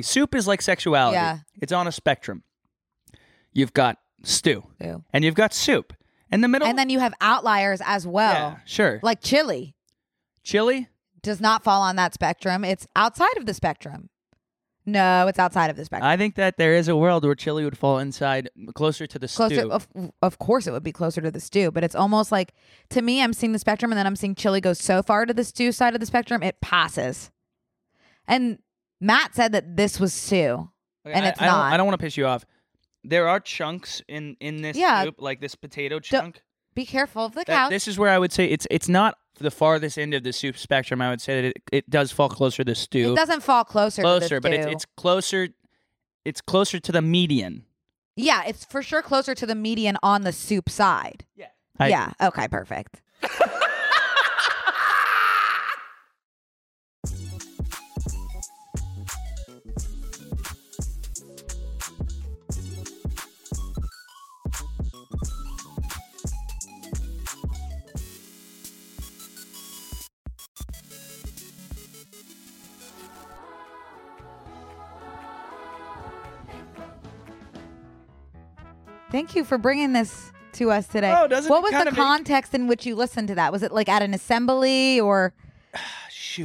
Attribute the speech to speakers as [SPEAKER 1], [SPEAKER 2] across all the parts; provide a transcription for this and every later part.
[SPEAKER 1] Soup is like sexuality.
[SPEAKER 2] Yeah.
[SPEAKER 1] It's on a spectrum. You've got stew,
[SPEAKER 2] Ew.
[SPEAKER 1] and you've got soup. And the middle
[SPEAKER 2] And then you have outliers as well.
[SPEAKER 1] Yeah, sure.
[SPEAKER 2] Like chili
[SPEAKER 1] chili?
[SPEAKER 2] does not fall on that spectrum. It's outside of the spectrum. No, it's outside of the spectrum.
[SPEAKER 1] I think that there is a world where chili would fall inside closer to the
[SPEAKER 2] closer
[SPEAKER 1] stew.
[SPEAKER 2] of, of course it would be closer to the stew but it's almost like to me i'm seeing the spectrum and then i'm seeing chili go so far to the stew side of the spectrum it passes and matt said that this was stew
[SPEAKER 1] Okay,
[SPEAKER 2] and
[SPEAKER 1] I,
[SPEAKER 2] it's
[SPEAKER 1] I don't-
[SPEAKER 2] not.
[SPEAKER 1] I don't want to piss you off. There are chunks in in this
[SPEAKER 2] Yeah.
[SPEAKER 1] soup, like this potato chunk.
[SPEAKER 2] be careful of the
[SPEAKER 1] That-
[SPEAKER 2] couch
[SPEAKER 1] this is where I would say it's it's not the farthest end of the soup spectrum. I would say that it, it does fall closer to the stew.
[SPEAKER 2] it doesn't fall closer to
[SPEAKER 1] closer,
[SPEAKER 2] the
[SPEAKER 1] but it's,
[SPEAKER 2] stew.
[SPEAKER 1] it's closer. It's closer to the median.
[SPEAKER 2] yeah it's for sure closer to the median on the soup side
[SPEAKER 1] Yeah.
[SPEAKER 2] yeah okay perfect Thank you for bringing this to us today.
[SPEAKER 1] Oh, doesn't
[SPEAKER 2] what
[SPEAKER 1] it
[SPEAKER 2] was
[SPEAKER 1] kinda
[SPEAKER 2] the
[SPEAKER 1] make-
[SPEAKER 2] context in which you listened to that? Was it like at an assembly or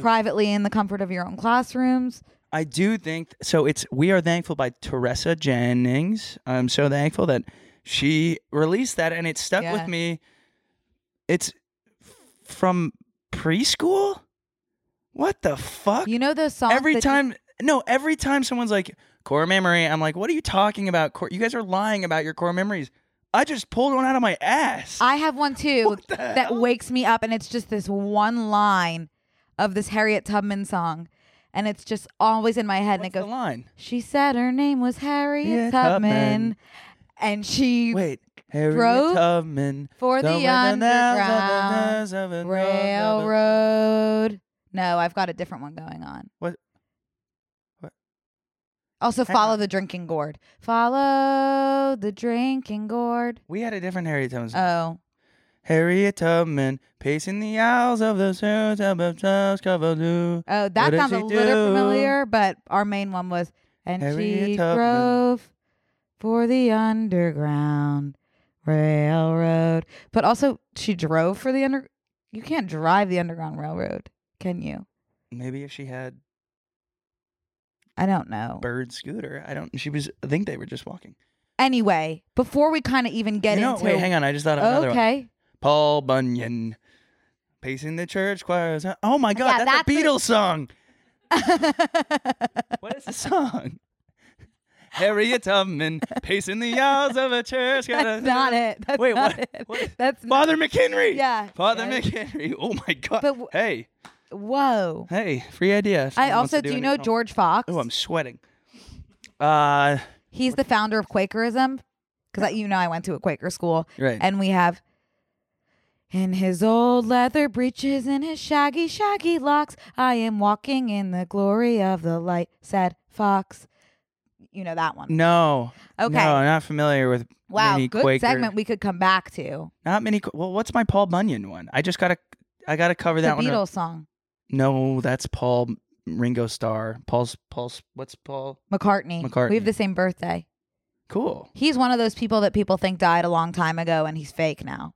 [SPEAKER 2] privately in the comfort of your own classrooms?
[SPEAKER 1] I do think so. It's we are thankful by Teresa Jennings. I'm so thankful that she released that, and it stuck
[SPEAKER 2] Yeah.
[SPEAKER 1] with me. It's f- from preschool. What the fuck?
[SPEAKER 2] You know those songs.
[SPEAKER 1] every
[SPEAKER 2] that you-
[SPEAKER 1] time, no, every time someone's like core memory, I'm like, what are you talking about? Core, you guys are lying about your core memories. I just pulled one out of my ass.
[SPEAKER 2] I have one too
[SPEAKER 1] What the
[SPEAKER 2] that
[SPEAKER 1] hell?
[SPEAKER 2] wakes me up, and it's just this one line of this Harriet Tubman song, and it's just always in my head.
[SPEAKER 1] What's
[SPEAKER 2] and it
[SPEAKER 1] the
[SPEAKER 2] goes,
[SPEAKER 1] line.
[SPEAKER 2] "She said her name was Harriet
[SPEAKER 1] Harriet
[SPEAKER 2] Tubman,
[SPEAKER 1] Tubman.
[SPEAKER 2] and she
[SPEAKER 1] Wait, Harriet
[SPEAKER 2] drove
[SPEAKER 1] Tubman
[SPEAKER 2] for the
[SPEAKER 1] went down
[SPEAKER 2] Underground
[SPEAKER 1] the nerves of a-
[SPEAKER 2] Railroad. No, I've got a different one going on.
[SPEAKER 1] What- what?
[SPEAKER 2] Also,
[SPEAKER 1] Hang
[SPEAKER 2] follow
[SPEAKER 1] on.
[SPEAKER 2] the drinking gourd. Follow the drinking gourd.
[SPEAKER 1] We had a different Harriet Tubman. song.
[SPEAKER 2] Oh,
[SPEAKER 1] Harriet Tubman pacing the aisles of the suits of the house covered blue.
[SPEAKER 2] oh,
[SPEAKER 1] What
[SPEAKER 2] that
[SPEAKER 1] did
[SPEAKER 2] sounds a
[SPEAKER 1] she
[SPEAKER 2] little
[SPEAKER 1] do?
[SPEAKER 2] familiar, but our main one was and she
[SPEAKER 1] Harriet Tubman.
[SPEAKER 2] drove for the underground railroad. But also, she drove for the under. You can't drive the underground railroad, can you?
[SPEAKER 1] Maybe if she had
[SPEAKER 2] I don't know.
[SPEAKER 1] bird scooter, I don't. She was. I think they were just walking.
[SPEAKER 2] Anyway, before we kind of even get
[SPEAKER 1] you know,
[SPEAKER 2] into
[SPEAKER 1] wait, hang on. I just thought of another one.
[SPEAKER 2] okay.
[SPEAKER 1] Paul Bunyan pacing the church choirs. Oh my God,
[SPEAKER 2] Yeah,
[SPEAKER 1] that's, a
[SPEAKER 2] that's the-
[SPEAKER 1] Beatles song. What is the song? Harriet Tubman pacing the aisles of a church.
[SPEAKER 2] That's not it. That's
[SPEAKER 1] Wait,
[SPEAKER 2] not
[SPEAKER 1] what?
[SPEAKER 2] It.
[SPEAKER 1] what?
[SPEAKER 2] That's not.
[SPEAKER 1] Father McHenry.
[SPEAKER 2] Yeah,
[SPEAKER 1] Father
[SPEAKER 2] yeah.
[SPEAKER 1] McHenry. Oh my God.
[SPEAKER 2] But w-
[SPEAKER 1] hey,
[SPEAKER 2] Whoa.
[SPEAKER 1] hey, free idea.
[SPEAKER 2] I also do you know George Fox.
[SPEAKER 1] Oh, I'm sweating. Uh,
[SPEAKER 2] He's the founder of Quakerism, because you know I went to a Quaker school,
[SPEAKER 1] Right.
[SPEAKER 2] And we have. In his old leather breeches, in his shaggy, shaggy locks, I am walking in the glory of the light, said Fox. You know that one.
[SPEAKER 1] no.
[SPEAKER 2] Okay.
[SPEAKER 1] No, I'm not familiar with
[SPEAKER 2] wow,
[SPEAKER 1] many
[SPEAKER 2] good
[SPEAKER 1] Quaker.
[SPEAKER 2] segment we could come back to.
[SPEAKER 1] Not many. Qu- Well, what's my Paul Bunyan one? I just gotta, I gotta cover
[SPEAKER 2] the
[SPEAKER 1] that one. uh,
[SPEAKER 2] Beatles song,
[SPEAKER 1] No, that's Paul Ringo Starr. Paul's Paul's. What's Paul?
[SPEAKER 2] McCartney. We have
[SPEAKER 1] McCartney.
[SPEAKER 2] the same birthday.
[SPEAKER 1] Cool.
[SPEAKER 2] He's one of those people that people think died a long time ago and he's fake now.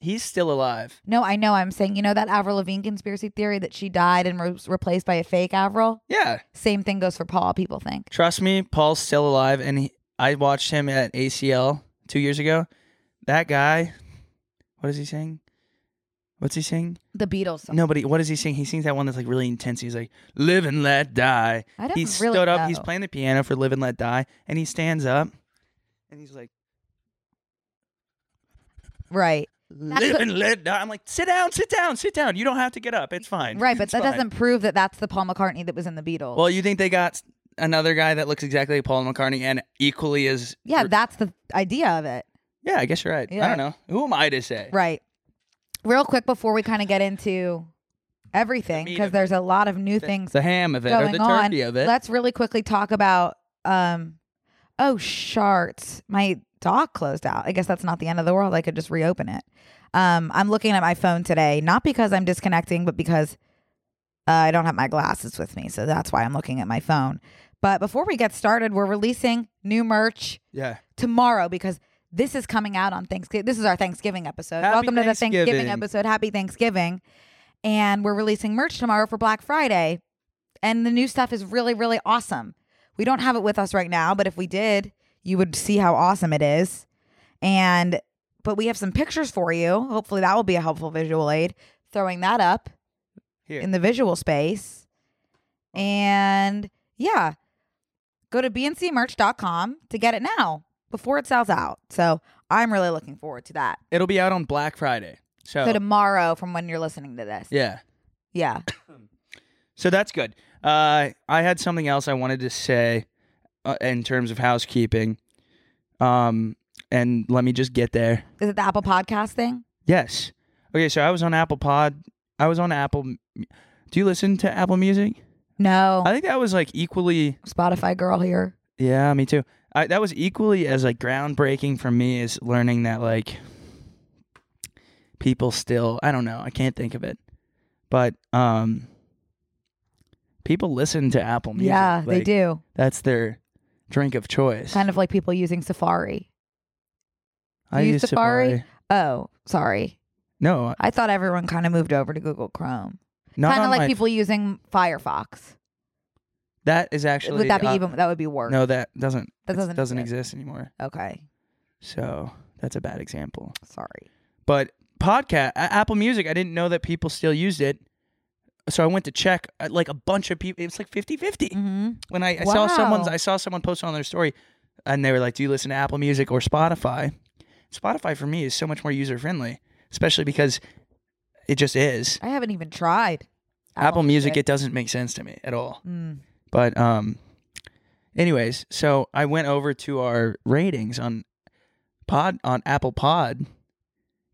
[SPEAKER 1] He's still alive.
[SPEAKER 2] No, I know. I'm saying, you know, that Avril Lavigne conspiracy theory that she died and was replaced by a fake Avril?
[SPEAKER 1] Yeah.
[SPEAKER 2] Same thing goes for Paul, people think.
[SPEAKER 1] Trust me, Paul's still alive. And he, I watched him at ACL two years ago. That guy. What is he saying? What's he saying?
[SPEAKER 2] The Beatles song.
[SPEAKER 1] No, but he, what does he sing? He sings that one that's like really intense. He's like, "Live and let die."
[SPEAKER 2] I don't
[SPEAKER 1] he
[SPEAKER 2] really
[SPEAKER 1] stood up. He's
[SPEAKER 2] know.
[SPEAKER 1] playing the piano for "Live and Let Die," and he stands up, and he's like,
[SPEAKER 2] Right.
[SPEAKER 1] "Live
[SPEAKER 2] what-
[SPEAKER 1] and let die." I'm like, "Sit down, sit down, sit down. You don't have to get up. It's fine."
[SPEAKER 2] Right. But
[SPEAKER 1] It's
[SPEAKER 2] that
[SPEAKER 1] fine."
[SPEAKER 2] doesn't prove that that's the Paul McCartney that was in the Beatles.
[SPEAKER 1] Well, you think they got another guy that looks exactly like Paul McCartney and equally as
[SPEAKER 2] Yeah, that's the idea of it.
[SPEAKER 1] yeah. I guess you're right. I
[SPEAKER 2] Yeah.
[SPEAKER 1] don't know. Who am I to say?
[SPEAKER 2] Right. Real quick before we kind of get into everything,
[SPEAKER 1] meat
[SPEAKER 2] because
[SPEAKER 1] of
[SPEAKER 2] there's a lot of new things
[SPEAKER 1] The ham of it or
[SPEAKER 2] going
[SPEAKER 1] the
[SPEAKER 2] on.
[SPEAKER 1] turkey of it.
[SPEAKER 2] Let's really quickly talk about um oh sharts. My dock closed out. I guess that's not the end of the world. I could just reopen it. Um I'm looking at my phone today, not because I'm disconnecting, but because uh, I don't have my glasses with me, so that's why I'm looking at my phone. But before we get started, we're releasing new merch
[SPEAKER 1] yeah.
[SPEAKER 2] tomorrow because this is coming out on Thanksgiving. This is our Thanksgiving episode.
[SPEAKER 1] Happy
[SPEAKER 2] Welcome to the
[SPEAKER 1] Thanksgiving.
[SPEAKER 2] Thanksgiving episode. Happy Thanksgiving. And we're releasing merch tomorrow for Black Friday. And the new stuff is really, really awesome. We don't have it with us right now, but if we did, you would see how awesome it is. And, but we have some pictures for you. Hopefully that will be a helpful visual aid. Throwing that up
[SPEAKER 1] Here.
[SPEAKER 2] in the visual space. And yeah, go to bncmerch.com to get it now before it sells out. So I'm really looking forward to that.
[SPEAKER 1] It'll be out on Black Friday. So,
[SPEAKER 2] So tomorrow from when you're listening to this.
[SPEAKER 1] yeah.
[SPEAKER 2] Yeah.
[SPEAKER 1] So that's good. Uh, I had something else I wanted to say uh, in terms of housekeeping. Um, and let me just get there.
[SPEAKER 2] Is it the Apple Podcast thing?
[SPEAKER 1] Yes. Okay, so I was on Apple Pod. I was on Apple. M- Do you listen to Apple Music?
[SPEAKER 2] No.
[SPEAKER 1] I think that was like equally.
[SPEAKER 2] Spotify girl here.
[SPEAKER 1] Yeah, me too. I, that was equally as like groundbreaking for me as learning that like people still. I don't know. I can't think of it, but um, people listen to Apple Music.
[SPEAKER 2] yeah, they
[SPEAKER 1] Like,
[SPEAKER 2] do.
[SPEAKER 1] That's their drink of choice.
[SPEAKER 2] Kind of like people using Safari.
[SPEAKER 1] I
[SPEAKER 2] use
[SPEAKER 1] use
[SPEAKER 2] Safari?
[SPEAKER 1] Safari.
[SPEAKER 2] Oh, sorry.
[SPEAKER 1] No,
[SPEAKER 2] I thought everyone kind of moved over to Google Chrome.
[SPEAKER 1] not
[SPEAKER 2] Kind of
[SPEAKER 1] on
[SPEAKER 2] like
[SPEAKER 1] my-
[SPEAKER 2] people using Firefox.
[SPEAKER 1] That is actually.
[SPEAKER 2] would that be
[SPEAKER 1] uh,
[SPEAKER 2] even? That would be worse.
[SPEAKER 1] No, that doesn't. That
[SPEAKER 2] That doesn't
[SPEAKER 1] doesn't, doesn't
[SPEAKER 2] exist.
[SPEAKER 1] exist anymore.
[SPEAKER 2] Okay.
[SPEAKER 1] So that's a bad example.
[SPEAKER 2] Sorry.
[SPEAKER 1] But podcast, A- Apple Music, I didn't know that people still used it. So I went to check, uh, like a bunch of people. It was like 50 50.
[SPEAKER 2] Mm-hmm.
[SPEAKER 1] When I, I saw someone's,
[SPEAKER 2] Wow.
[SPEAKER 1] I saw someone post on their story, and they were like, "Do you listen to Apple Music or Spotify?" Spotify for me is so much more user friendly, especially because it just is.
[SPEAKER 2] I haven't even tried.
[SPEAKER 1] Apple, Music, it doesn't make sense to me at all.
[SPEAKER 2] Mm.
[SPEAKER 1] But um, anyways, so I went over to our ratings on Pod on Apple Pod.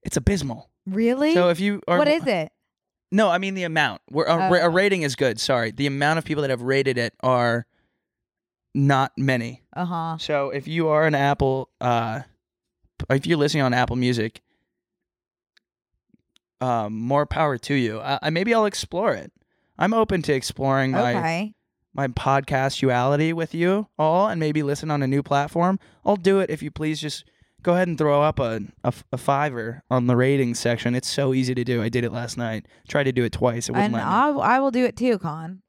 [SPEAKER 1] It's abysmal.
[SPEAKER 2] Really?
[SPEAKER 1] So if you are
[SPEAKER 2] what is it?
[SPEAKER 1] No, I mean the amount. We're, a,
[SPEAKER 2] Oh.
[SPEAKER 1] ra- a rating is good. Sorry, the amount of people that have rated it are not many.
[SPEAKER 2] Uh huh.
[SPEAKER 1] So if you are an Apple, uh, if you're listening on Apple Music, um, more power to you. I, I maybe I'll explore it. I'm open to exploring my
[SPEAKER 2] Okay.
[SPEAKER 1] my podcastuality with you all, and maybe listen on a new platform. I'll do it if you please. Just go ahead and throw up a a, a fiver on the ratings section. It's so easy to do. I did it last night. Tried to do it twice. It wouldn't
[SPEAKER 2] And
[SPEAKER 1] let me.
[SPEAKER 2] I, w- I will do it too, Con.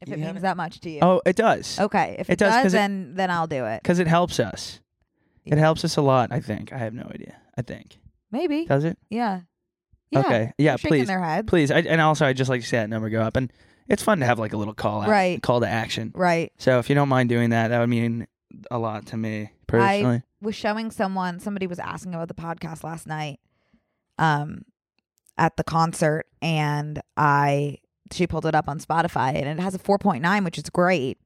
[SPEAKER 2] If
[SPEAKER 1] You
[SPEAKER 2] it
[SPEAKER 1] have
[SPEAKER 2] means
[SPEAKER 1] it?
[SPEAKER 2] that much to you.
[SPEAKER 1] Oh, it does.
[SPEAKER 2] Okay. If
[SPEAKER 1] it
[SPEAKER 2] it,
[SPEAKER 1] does,
[SPEAKER 2] does,
[SPEAKER 1] 'cause it-
[SPEAKER 2] then then I'll do it.
[SPEAKER 1] Because it helps us. It helps us a lot, I think. I have no idea. I think.
[SPEAKER 2] Maybe.
[SPEAKER 1] Does it?
[SPEAKER 2] Yeah. Yeah.
[SPEAKER 1] Okay. Yeah,
[SPEAKER 2] They're shaking
[SPEAKER 1] please.
[SPEAKER 2] Their head.
[SPEAKER 1] Please. I, and also, I just like to see that number go up. And it's fun to have like a little call out,
[SPEAKER 2] Right.
[SPEAKER 1] call to action.
[SPEAKER 2] Right.
[SPEAKER 1] So if you don't mind doing that, that would mean a lot to me personally.
[SPEAKER 2] was showing someone somebody was asking about the podcast last night um at the concert and i she pulled it up on spotify and it has a 4.9 which is great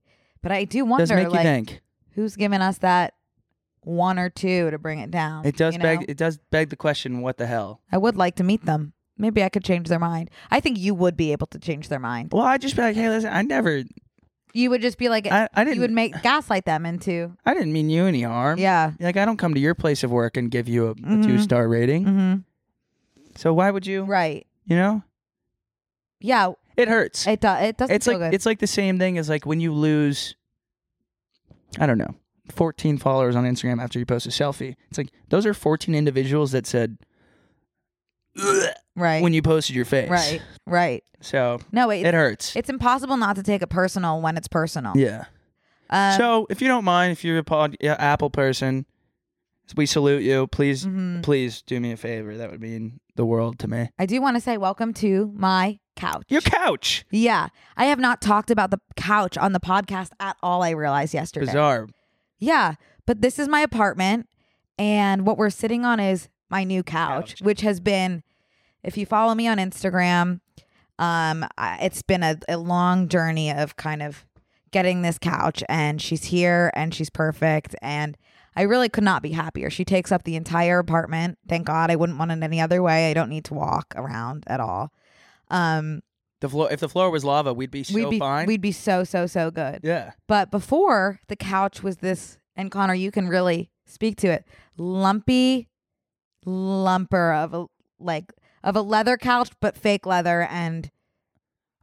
[SPEAKER 2] but i do
[SPEAKER 1] It does
[SPEAKER 2] wonder
[SPEAKER 1] make you
[SPEAKER 2] like
[SPEAKER 1] think.
[SPEAKER 2] who's giving us that one or two to bring it down
[SPEAKER 1] It does
[SPEAKER 2] you
[SPEAKER 1] beg.
[SPEAKER 2] know?
[SPEAKER 1] It does beg the question. What the hell?
[SPEAKER 2] i would like to meet them maybe i could change their mind i think you would be able to change their mind
[SPEAKER 1] Well, I just be like, hey, listen, I never,
[SPEAKER 2] you would just be like
[SPEAKER 1] I, I
[SPEAKER 2] you would
[SPEAKER 1] didn't,
[SPEAKER 2] make gaslight them into
[SPEAKER 1] I didn't mean you any harm.
[SPEAKER 2] yeah
[SPEAKER 1] Like I don't come to your place of work and give you a,
[SPEAKER 2] Mhm.
[SPEAKER 1] a two star rating.
[SPEAKER 2] hmm
[SPEAKER 1] So why would you?
[SPEAKER 2] right
[SPEAKER 1] You know,
[SPEAKER 2] yeah
[SPEAKER 1] it hurts.
[SPEAKER 2] it, do- it doesn't
[SPEAKER 1] it's
[SPEAKER 2] feel
[SPEAKER 1] like
[SPEAKER 2] good
[SPEAKER 1] it's like the same thing as like when you lose i don't know 14 followers on instagram after you post a selfie it's like those are 14 individuals that said "Ugh,"
[SPEAKER 2] right
[SPEAKER 1] when you posted your face
[SPEAKER 2] right right
[SPEAKER 1] so
[SPEAKER 2] no
[SPEAKER 1] it hurts
[SPEAKER 2] It's impossible not to take it personal when it's personal.
[SPEAKER 1] yeah
[SPEAKER 2] Um,
[SPEAKER 1] so if you don't mind if you're a pod yeah, apple person we salute you please
[SPEAKER 2] mhm.
[SPEAKER 1] please do me a favor that would mean the world to me
[SPEAKER 2] I do want to say welcome to my couch.
[SPEAKER 1] your couch
[SPEAKER 2] yeah, I have not talked about the couch on the podcast at all. I realized yesterday.
[SPEAKER 1] bizarre
[SPEAKER 2] Yeah, but this is my apartment, and what we're sitting on is my new couch,
[SPEAKER 1] Couch.
[SPEAKER 2] which has been, if you follow me on Instagram, um, I, it's been a, a long journey of kind of getting this couch and she's here and she's perfect and I really could not be happier. She takes up the entire apartment. Thank God I wouldn't want it any other way. I don't need to walk around at all. Um
[SPEAKER 1] The floor. If the floor was lava, we'd be so
[SPEAKER 2] we'd be
[SPEAKER 1] fine.
[SPEAKER 2] we'd be so so so good.
[SPEAKER 1] yeah.
[SPEAKER 2] But before the couch was this and Connor you can really speak to it. Lumpy lumper of a like of a leather couch but fake leather and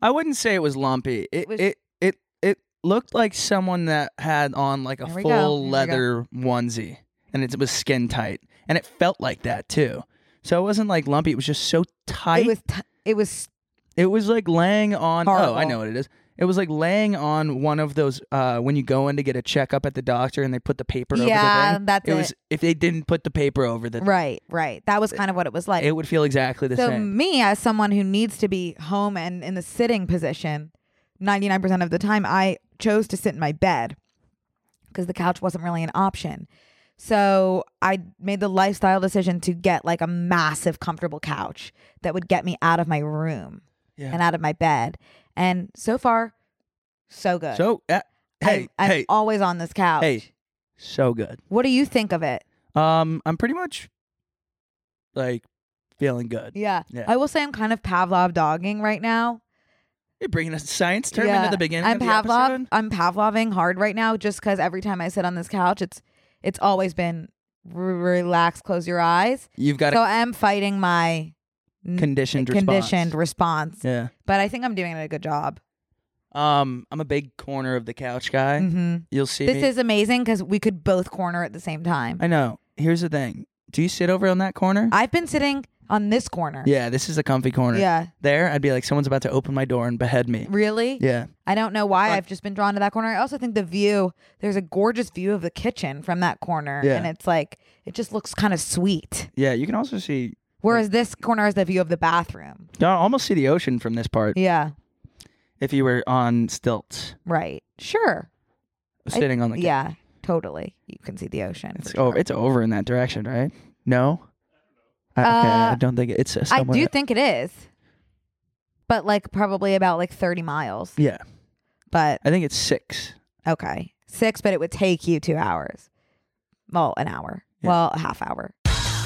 [SPEAKER 1] I wouldn't say it was lumpy. It
[SPEAKER 2] was-
[SPEAKER 1] it it it looked like someone that had on like a
[SPEAKER 2] Here we go, here
[SPEAKER 1] full
[SPEAKER 2] we go.
[SPEAKER 1] leather onesie, and it was skin tight, and it felt like that too. So it wasn't like lumpy. It was just so tight.
[SPEAKER 2] it was t- it was
[SPEAKER 1] It was like laying on. Oh, I
[SPEAKER 2] Horrible.
[SPEAKER 1] know what it is. It was like laying on one of those uh, when you go in to get a checkup at the doctor and they put the paper over
[SPEAKER 2] Yeah,
[SPEAKER 1] the thing.
[SPEAKER 2] that's
[SPEAKER 1] was
[SPEAKER 2] it.
[SPEAKER 1] if they didn't put the paper over the
[SPEAKER 2] right, right. That was kind of what it was like.
[SPEAKER 1] it would feel exactly the
[SPEAKER 2] so
[SPEAKER 1] same.
[SPEAKER 2] me as someone who needs to be home and in the sitting position 99% of the time i chose to sit in my bed because the couch wasn't really an option so i made the lifestyle decision to get like a massive comfortable couch that would get me out of my room
[SPEAKER 1] Yeah.
[SPEAKER 2] and out of my bed and so far so good
[SPEAKER 1] So uh, hey
[SPEAKER 2] I, am
[SPEAKER 1] hey
[SPEAKER 2] always on this couch
[SPEAKER 1] hey. so good.
[SPEAKER 2] what do you think of it
[SPEAKER 1] Um, I'm pretty much like feeling good.
[SPEAKER 2] yeah.
[SPEAKER 1] Yeah.
[SPEAKER 2] i will say i'm kind of pavlov dogging right now
[SPEAKER 1] You're bringing a science term into the beginning
[SPEAKER 2] I'm
[SPEAKER 1] of the
[SPEAKER 2] Pavlov.
[SPEAKER 1] episode.
[SPEAKER 2] I'm Pavloving hard right now, just because every time I sit on this couch, it's it's always been r- relax, close your eyes.
[SPEAKER 1] You've got
[SPEAKER 2] so
[SPEAKER 1] a
[SPEAKER 2] I am fighting my n-
[SPEAKER 1] conditioned
[SPEAKER 2] conditioned
[SPEAKER 1] response.
[SPEAKER 2] response,
[SPEAKER 1] Yeah.
[SPEAKER 2] but I think I'm doing a good job.
[SPEAKER 1] Um, I'm a big corner of the couch guy.
[SPEAKER 2] hmm
[SPEAKER 1] You'll see.
[SPEAKER 2] This
[SPEAKER 1] me.
[SPEAKER 2] is amazing because we could both corner at the same time.
[SPEAKER 1] I know. Here's the thing. Do you sit over on that corner?
[SPEAKER 2] I've been sitting on this corner.
[SPEAKER 1] yeah, this is a comfy corner.
[SPEAKER 2] Yeah.
[SPEAKER 1] There, I'd be like, someone's about to open my door and behead me.
[SPEAKER 2] Really?
[SPEAKER 1] Yeah.
[SPEAKER 2] I don't know why
[SPEAKER 1] Fun.
[SPEAKER 2] I've just been drawn to that corner. I also think the view, there's a gorgeous view of the kitchen from that corner.
[SPEAKER 1] Yeah.
[SPEAKER 2] And it's like, it just looks kind of sweet.
[SPEAKER 1] Yeah. You can also see,
[SPEAKER 2] Whereas this corner is the view of the bathroom.
[SPEAKER 1] you can almost see the ocean from this part
[SPEAKER 2] Yeah,
[SPEAKER 1] if you were on stilts,
[SPEAKER 2] right. Sure.
[SPEAKER 1] sitting on the.
[SPEAKER 2] Yeah, totally. You can see the ocean.
[SPEAKER 1] It's
[SPEAKER 2] for sure.
[SPEAKER 1] over. It's over in that direction, right? No. I, okay,
[SPEAKER 2] Uh,
[SPEAKER 1] I don't think it, it's uh,
[SPEAKER 2] I
[SPEAKER 1] somewhere.
[SPEAKER 2] do think it is, but like probably about like 30 miles.
[SPEAKER 1] yeah,
[SPEAKER 2] But
[SPEAKER 1] I think it's six.
[SPEAKER 2] okay, six, but it would take you two hours. Well, an hour. Well, a half hour.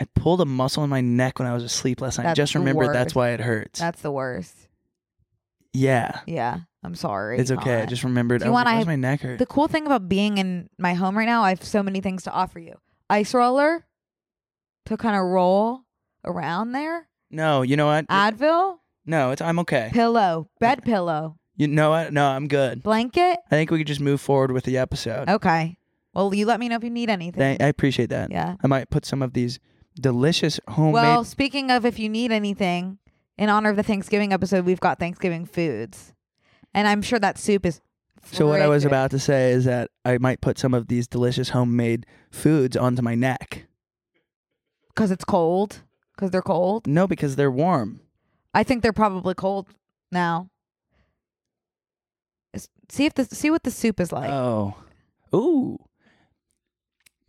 [SPEAKER 1] I pulled a muscle in my neck when I was asleep last night. I
[SPEAKER 2] That's
[SPEAKER 1] just
[SPEAKER 2] the
[SPEAKER 1] remembered that's
[SPEAKER 2] worst.
[SPEAKER 1] why it hurts.
[SPEAKER 2] That's the worst.
[SPEAKER 1] yeah,
[SPEAKER 2] Yeah, I'm sorry.
[SPEAKER 1] it's okay. I
[SPEAKER 2] Hannah.
[SPEAKER 1] just remembered.
[SPEAKER 2] Do you
[SPEAKER 1] I was
[SPEAKER 2] want
[SPEAKER 1] like,
[SPEAKER 2] I-
[SPEAKER 1] "Why's my neck hurt?
[SPEAKER 2] The cool thing about being in my home right now, I have so many things to offer you. Ice roller to kind of roll around there.
[SPEAKER 1] no, you know what?
[SPEAKER 2] Advil,
[SPEAKER 1] no, it's I'm Eh. okay.
[SPEAKER 2] pillow, bed pillow,
[SPEAKER 1] You know what? No, I'm good.
[SPEAKER 2] blanket.
[SPEAKER 1] I think we could just move forward with the episode.
[SPEAKER 2] Okay. Well, you let me know if you need anything.
[SPEAKER 1] Thank- I appreciate that.
[SPEAKER 2] Yeah.
[SPEAKER 1] I might put some of these delicious homemade.
[SPEAKER 2] Well, speaking of if you need anything, in honor of the Thanksgiving episode, we've got Thanksgiving foods. And I'm sure that soup is
[SPEAKER 1] so what I was
[SPEAKER 2] friggin-
[SPEAKER 1] about to say is that I might put some of these delicious homemade foods onto my neck.
[SPEAKER 2] cuz it's cold, cuz they're cold.
[SPEAKER 1] No, because they're warm.
[SPEAKER 2] I think they're probably cold now. Is- See if the see what the soup is like.
[SPEAKER 1] oh, ooh.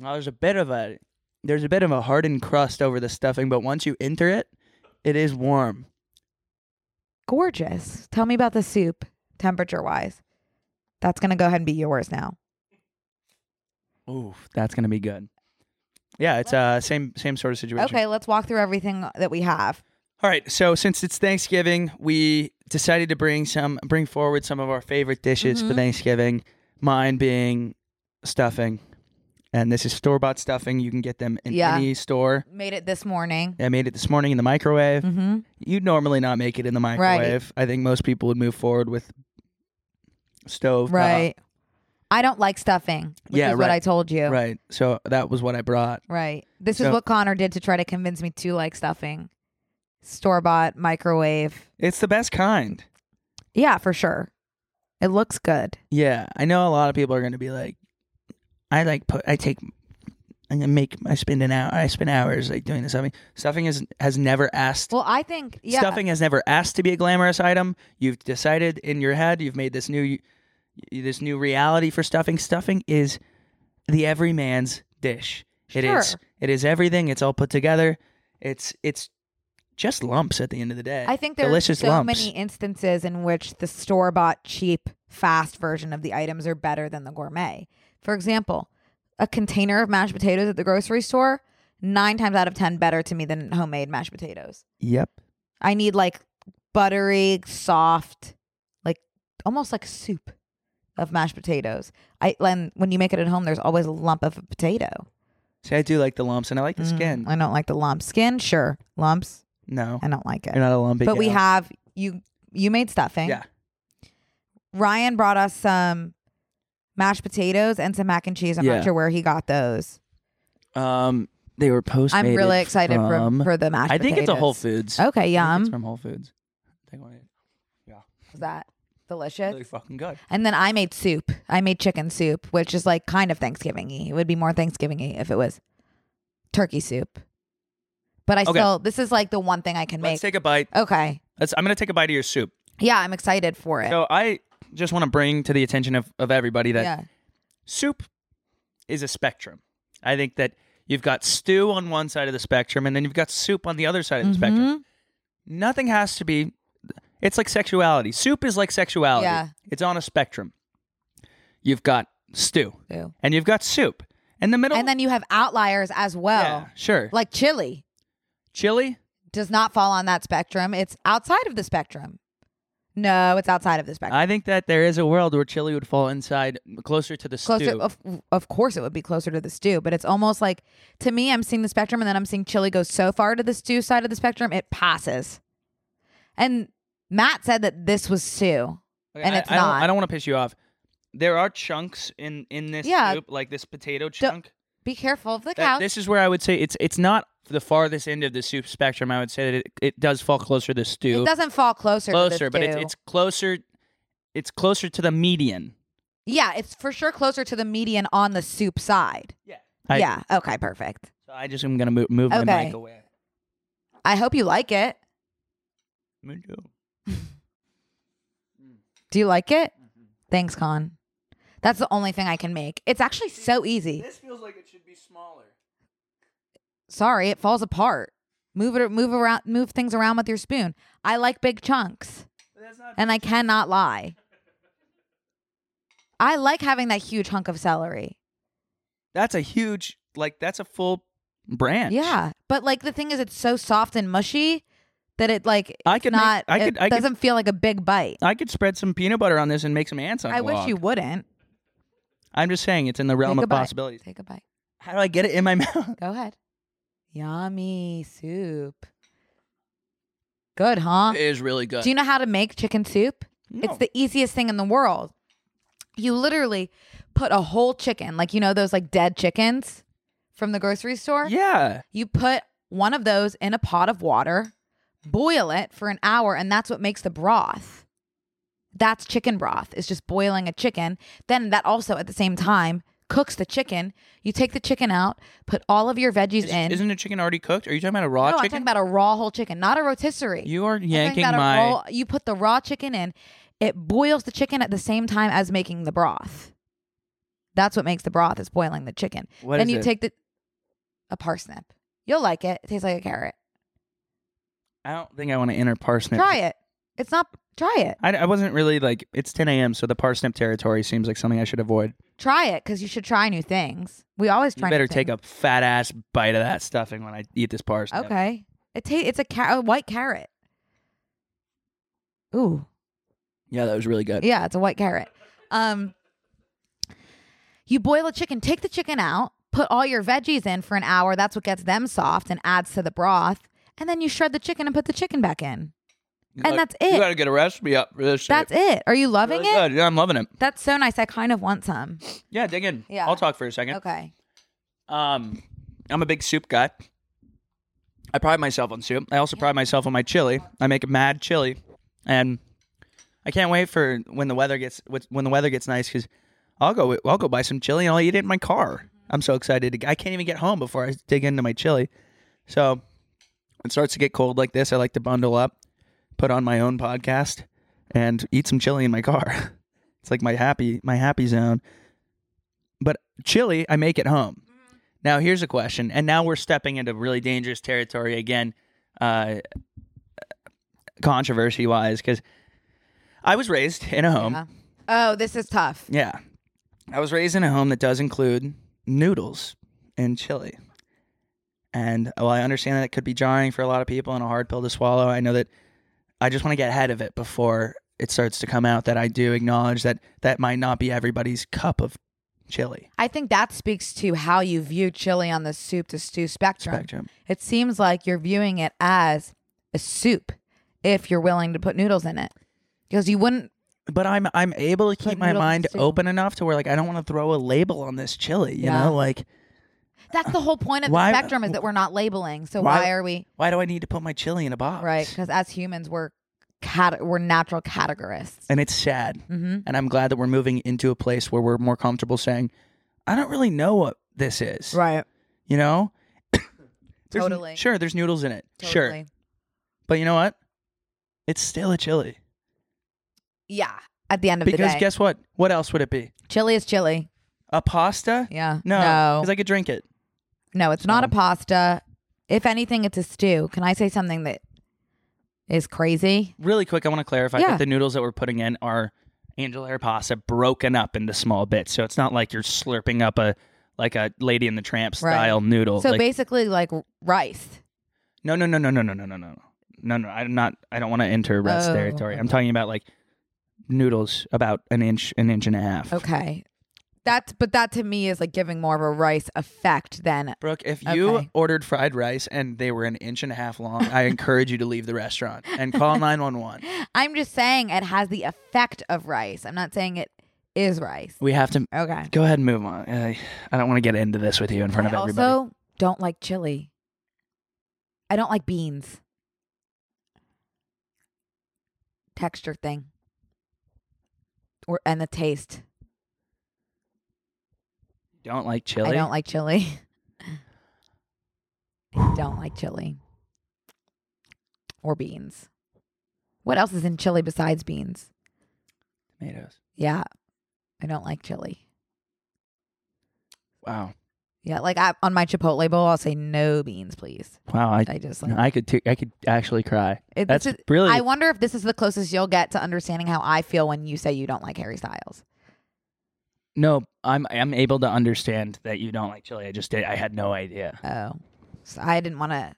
[SPEAKER 1] Now there's a bit of a there's a bit of a hardened crust over the stuffing, but once you enter it, it is warm.
[SPEAKER 2] Gorgeous. Tell me about the soup, temperature wise. That's gonna go ahead and be yours now.
[SPEAKER 1] Ooh, that's gonna be good. Yeah, it's uh same same sort of situation.
[SPEAKER 2] Okay, let's walk through everything that we have.
[SPEAKER 1] All right. So since it's Thanksgiving, we decided to bring some bring
[SPEAKER 2] Mm-hmm.
[SPEAKER 1] forward some of our favorite dishes for Thanksgiving. Mine being stuffing And this is store bought stuffing. You can get them in
[SPEAKER 2] Yeah.
[SPEAKER 1] any store.
[SPEAKER 2] Made it this morning.
[SPEAKER 1] I made it this morning in the microwave.
[SPEAKER 2] Mhm.
[SPEAKER 1] You'd normally not make it in the microwave. I think most people would move forward with stove. uh, top.
[SPEAKER 2] Right. I don't like stuffing, which
[SPEAKER 1] Yeah,
[SPEAKER 2] is what
[SPEAKER 1] right.
[SPEAKER 2] I told you.
[SPEAKER 1] Right. So that was what I brought.
[SPEAKER 2] Right. This is
[SPEAKER 1] So-
[SPEAKER 2] what Connor did to try to convince me to like stuffing. Store bought, microwave.
[SPEAKER 1] It's the best kind.
[SPEAKER 2] Yeah, for sure. It looks good.
[SPEAKER 1] Yeah, I know a lot of people are going to be like, I like put, I take, I make, I spend an hour, I spend hours like doing this stuffing. Stuffing is has never asked.
[SPEAKER 2] Well, I think yeah.
[SPEAKER 1] Stuffing has never asked to be a glamorous item. You've decided in your head. You've made this new, this new reality for stuffing. Stuffing is the everyman's dish. It is.
[SPEAKER 2] Sure.
[SPEAKER 1] It is everything. It's all put together. It's it's just lumps at the end of the day.
[SPEAKER 2] I think there
[SPEAKER 1] delicious
[SPEAKER 2] are so
[SPEAKER 1] lumps.
[SPEAKER 2] many instances in which the store bought cheap fast version of the items are better than the gourmet. For example, a container of mashed potatoes at the grocery store, 9 times out of 10 better to me than homemade mashed potatoes.
[SPEAKER 1] Yep.
[SPEAKER 2] I need like buttery, soft, like almost like soup of mashed potatoes. I and when you make it at home, there's always a lump of a potato. Mm,
[SPEAKER 1] See, I do like the lumps, and I like the skin.
[SPEAKER 2] I don't like the lump skin. Sure, lumps.
[SPEAKER 1] No,
[SPEAKER 2] I don't like it.
[SPEAKER 1] you're not a lumpy.
[SPEAKER 2] but we
[SPEAKER 1] gal.
[SPEAKER 2] have you. You made stuffing.
[SPEAKER 1] Yeah.
[SPEAKER 2] Ryan brought us some mashed potatoes and some mac and cheese. I'm
[SPEAKER 1] Yeah.
[SPEAKER 2] not sure where he got those.
[SPEAKER 1] Um, they were post.
[SPEAKER 2] I'm really excited
[SPEAKER 1] from,
[SPEAKER 2] for, for the mashed.
[SPEAKER 1] I think it's a Whole
[SPEAKER 2] potatoes.
[SPEAKER 1] Foods. I
[SPEAKER 2] Okay,
[SPEAKER 1] think
[SPEAKER 2] yum.
[SPEAKER 1] It's from Whole Foods. Take one.
[SPEAKER 2] Is that delicious?
[SPEAKER 1] Really fucking good.
[SPEAKER 2] And then I made soup. I made chicken soup, which is like kind of Thanksgiving-y. It would be more Thanksgiving-y if it was turkey soup. But I
[SPEAKER 1] Okay.
[SPEAKER 2] still this is like the one thing I can
[SPEAKER 1] Let's
[SPEAKER 2] make.
[SPEAKER 1] take a bite.
[SPEAKER 2] okay.
[SPEAKER 1] Let's, I'm gonna take a bite of your soup.
[SPEAKER 2] Yeah, I'm excited for it.
[SPEAKER 1] So I just want to bring to the attention of, of everybody that
[SPEAKER 2] yeah.
[SPEAKER 1] soup is a spectrum. I think that you've got stew on one side of the spectrum, and then you've got soup on the other side of the
[SPEAKER 2] Mm-hmm.
[SPEAKER 1] spectrum. Nothing has to be. It's like sexuality. Soup is like sexuality.
[SPEAKER 2] Yeah.
[SPEAKER 1] It's on a spectrum. You've got stew,
[SPEAKER 2] Ew.
[SPEAKER 1] and you've got soup, and the middle.
[SPEAKER 2] And then you have outliers as well.
[SPEAKER 1] yeah, sure.
[SPEAKER 2] Like chili
[SPEAKER 1] chili.
[SPEAKER 2] does not fall on that spectrum. It's outside of the spectrum. No, it's outside of the spectrum.
[SPEAKER 1] I think that there is a world where chili would fall inside closer to the
[SPEAKER 2] closer oh,
[SPEAKER 1] stew.
[SPEAKER 2] of of course it would be closer to the stew but it's almost like to me i'm seeing the spectrum and then i'm seeing chili go so far to the stew side of the spectrum it passes and matt said that this was stew
[SPEAKER 1] Okay,
[SPEAKER 2] and
[SPEAKER 1] I,
[SPEAKER 2] it's
[SPEAKER 1] I don't,
[SPEAKER 2] not.
[SPEAKER 1] I don't want to piss you off. There are chunks in in this
[SPEAKER 2] Yeah.
[SPEAKER 1] soup, like this potato chunk.
[SPEAKER 2] be careful of the
[SPEAKER 1] That-
[SPEAKER 2] couch
[SPEAKER 1] this is where I would say it's it's not the farthest end of the soup spectrum. I would say that it, it does fall closer to stew,
[SPEAKER 2] it doesn't fall closer to the
[SPEAKER 1] closer, but it's,
[SPEAKER 2] stew.
[SPEAKER 1] it's closer. It's closer to the median.
[SPEAKER 2] yeah it's for sure closer to the median on the soup side
[SPEAKER 1] I,
[SPEAKER 2] yeah okay perfect
[SPEAKER 1] So I just am gonna move, move my
[SPEAKER 2] Okay.
[SPEAKER 1] mic away.
[SPEAKER 2] i hope you like it do you like it
[SPEAKER 1] Mm-hmm.
[SPEAKER 2] thanks con that's the only thing i can make it's actually so easy
[SPEAKER 1] feels like it should be smaller.
[SPEAKER 2] sorry, it falls apart. Move it, move around, move things around with your spoon. I like big chunks, and I cannot lie. I like having that huge hunk of celery.
[SPEAKER 1] That's a huge like that's a full branch.
[SPEAKER 2] Yeah, but like the thing is, it's so soft and mushy that it like
[SPEAKER 1] I
[SPEAKER 2] it's
[SPEAKER 1] could make-
[SPEAKER 2] not.
[SPEAKER 1] I
[SPEAKER 2] it
[SPEAKER 1] could- I could-
[SPEAKER 2] doesn't feel like a big bite.
[SPEAKER 1] I could spread some peanut butter on this and make some ants on
[SPEAKER 2] I
[SPEAKER 1] a
[SPEAKER 2] wish
[SPEAKER 1] log.
[SPEAKER 2] you wouldn't.
[SPEAKER 1] I'm just saying it's in the realm
[SPEAKER 2] Take a
[SPEAKER 1] of
[SPEAKER 2] bite.
[SPEAKER 1] possibilities.
[SPEAKER 2] Take a bite.
[SPEAKER 1] How do I get it in my mouth?
[SPEAKER 2] Go ahead. Yummy soup. Good, huh?
[SPEAKER 1] It is really good.
[SPEAKER 2] Do you know how to make chicken soup?
[SPEAKER 1] No.
[SPEAKER 2] It's the easiest thing in the world. You literally put a whole chicken, like you know those like dead chickens from the grocery store?
[SPEAKER 1] yeah.
[SPEAKER 2] You put one of those in a pot of water, boil it for an hour, and that's what makes the broth. That's chicken broth. It's just boiling a chicken. Then that also at the same time cooks the chicken. You take the chicken out, put all of your veggies
[SPEAKER 1] Is,
[SPEAKER 2] in.
[SPEAKER 1] not a chicken already cooked? Are you talking about a raw
[SPEAKER 2] no, I'm
[SPEAKER 1] chicken?
[SPEAKER 2] talking about a raw whole chicken, not a rotisserie.
[SPEAKER 1] you are
[SPEAKER 2] I'm talking
[SPEAKER 1] yanking
[SPEAKER 2] about a
[SPEAKER 1] my.
[SPEAKER 2] raw- you put the raw chicken in. It boils the chicken at the same time as making the broth. That's what makes the broth. It's boiling the chicken.
[SPEAKER 1] What
[SPEAKER 2] then
[SPEAKER 1] is
[SPEAKER 2] you
[SPEAKER 1] it?
[SPEAKER 2] take the a parsnip. You'll like it. It tastes like a carrot.
[SPEAKER 1] I don't think I want to enter parsnip.
[SPEAKER 2] Try it. It's not. Try it.
[SPEAKER 1] I, I wasn't really like. It's 10 a.m., so the parsnip territory seems like something I should avoid.
[SPEAKER 2] Try it because you should try new things. We always
[SPEAKER 1] You
[SPEAKER 2] try.
[SPEAKER 1] better
[SPEAKER 2] new
[SPEAKER 1] take
[SPEAKER 2] things.
[SPEAKER 1] a fat ass bite of that stuffing when I eat this parsnip.
[SPEAKER 2] Okay. It ta- It's a, ca- a white carrot. Ooh.
[SPEAKER 1] Yeah, that was really good.
[SPEAKER 2] Yeah, it's a white carrot. Um, you boil a chicken. Take the chicken out. put all your veggies in for an hour. That's what gets them soft and adds to the broth. And then you shred the chicken and put the chicken back in. And that's it.
[SPEAKER 1] You gotta get a recipe up for this shit.
[SPEAKER 2] That's it. Are you loving
[SPEAKER 1] Really
[SPEAKER 2] it?
[SPEAKER 1] good. Yeah, I'm loving it.
[SPEAKER 2] That's so nice. I kind of want some.
[SPEAKER 1] Yeah, dig in.
[SPEAKER 2] Yeah.
[SPEAKER 1] I'll talk for a second.
[SPEAKER 2] Okay.
[SPEAKER 1] Um, I'm a big soup guy. I pride myself on soup. I also pride myself on my chili. I make a mad chili, and I can't wait for when the weather gets when the weather gets nice because I'll go I'll go buy some chili and I'll eat it in my car. I'm so excited. I can't even get home before I dig into my chili. So when it starts to get cold like this. I like to bundle up, put on my own podcast, and eat some chili in my car. it's like my happy my happy zone. But chili, I make at home. Now, here's a question, and now we're stepping into really dangerous territory again, uh, controversy wise, because I was raised in a home.
[SPEAKER 2] Yeah. Oh, this is tough.
[SPEAKER 1] Yeah. I was raised in a home that does include noodles and chili. And while I understand that it could be jarring for a lot of people and a hard pill to swallow, I know that I just want to get ahead of it before it starts to come out that I do acknowledge that that might not be everybody's cup of chili.
[SPEAKER 2] I think that speaks to how you view chili on the soup to stew spectrum.
[SPEAKER 1] Spectrum.
[SPEAKER 2] It seems like you're viewing it as a soup if you're willing to put noodles in it. Because you wouldn't
[SPEAKER 1] But I'm I'm able to
[SPEAKER 2] Put
[SPEAKER 1] keep my
[SPEAKER 2] noodles in
[SPEAKER 1] mind
[SPEAKER 2] soup.
[SPEAKER 1] open enough to where like I don't want to throw a label on this chili, you
[SPEAKER 2] Yeah.
[SPEAKER 1] know? Like
[SPEAKER 2] That's the whole point of
[SPEAKER 1] Why-
[SPEAKER 2] the spectrum is that we're not labeling. So why, are we
[SPEAKER 1] why do I need to put my chili in a box?
[SPEAKER 2] right? Because as humans, we're cat- we're natural categorists.
[SPEAKER 1] and it's sad.
[SPEAKER 2] Mhm.
[SPEAKER 1] And I'm glad that we're moving into a place where we're more comfortable saying, I don't really know what this is.
[SPEAKER 2] Right.
[SPEAKER 1] You know? There's n-
[SPEAKER 2] Totally.
[SPEAKER 1] sure, there's noodles in it. Sure. But you know what? It's still a chili.
[SPEAKER 2] Yeah. At the end of
[SPEAKER 1] Because
[SPEAKER 2] the day,
[SPEAKER 1] guess what? What else would it be?
[SPEAKER 2] chili is chili.
[SPEAKER 1] A pasta?
[SPEAKER 2] Yeah.
[SPEAKER 1] No.
[SPEAKER 2] No.
[SPEAKER 1] Because I could drink it.
[SPEAKER 2] No, it's
[SPEAKER 1] Oh.
[SPEAKER 2] not a pasta. If anything, it's a stew. Can I say something that is crazy?
[SPEAKER 1] Really quick, I want to clarify
[SPEAKER 2] Yeah.
[SPEAKER 1] that the noodles that we're putting in are angel hair pasta broken up into small bits. So it's not like you're slurping up a like a lady in the tramp
[SPEAKER 2] Right.
[SPEAKER 1] style noodle.
[SPEAKER 2] So
[SPEAKER 1] Like-
[SPEAKER 2] basically, like r- rice.
[SPEAKER 1] No, no, no, no, no, no, no, no, no, no, no. I'm not. I don't want to enter Rhett's
[SPEAKER 2] Oh,
[SPEAKER 1] territory. I'm
[SPEAKER 2] okay.
[SPEAKER 1] talking about like noodles, about an inch, an inch and a half.
[SPEAKER 2] Okay. That's but that to me is like giving more of a rice effect than
[SPEAKER 1] Brooke, if you
[SPEAKER 2] Okay.
[SPEAKER 1] ordered fried rice and they were an inch and a half long, I encourage you to leave the restaurant and call 911.
[SPEAKER 2] I'm just saying it has the effect of rice. I'm not saying it is rice.
[SPEAKER 1] We have to
[SPEAKER 2] Okay.
[SPEAKER 1] go ahead and move on. I, I don't want to get into this with you in front
[SPEAKER 2] I
[SPEAKER 1] of everybody.
[SPEAKER 2] also don't like chili. I don't like beans. Texture thing. Or and the taste.
[SPEAKER 1] don't like chili.
[SPEAKER 2] I don't like chili. I don't like chili. Or beans. What else is in chili besides beans?
[SPEAKER 1] tomatoes.
[SPEAKER 2] Yeah. I don't like chili.
[SPEAKER 1] Wow,
[SPEAKER 2] Yeah, like I, on my Chipotle bowl, I'll say no beans, please.
[SPEAKER 1] wow. I,
[SPEAKER 2] I just like
[SPEAKER 1] no, I could, t- I could actually cry.
[SPEAKER 2] It-
[SPEAKER 1] That's
[SPEAKER 2] this is-
[SPEAKER 1] really.
[SPEAKER 2] I wonder if this is the closest you'll get to understanding how I feel when you say you don't like Harry Styles.
[SPEAKER 1] no, I'm, I'm able to understand that you don't like chili. I just did. I had no idea.
[SPEAKER 2] Oh, so I didn't want to.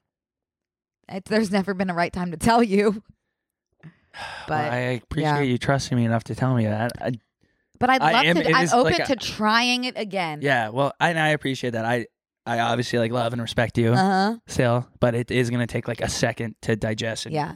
[SPEAKER 2] It, there's never been a right time to tell you,
[SPEAKER 1] Well,
[SPEAKER 2] but
[SPEAKER 1] I appreciate
[SPEAKER 2] yeah.
[SPEAKER 1] you trusting me enough to tell me that. I,
[SPEAKER 2] but I'd
[SPEAKER 1] I
[SPEAKER 2] love
[SPEAKER 1] am- it
[SPEAKER 2] to. I'm
[SPEAKER 1] is
[SPEAKER 2] open
[SPEAKER 1] like a-
[SPEAKER 2] to trying it again.
[SPEAKER 1] yeah, well, I, and I appreciate that. I I obviously like love and respect you
[SPEAKER 2] Uh huh.
[SPEAKER 1] still, but it is gonna take like a second to digest. And
[SPEAKER 2] Yeah.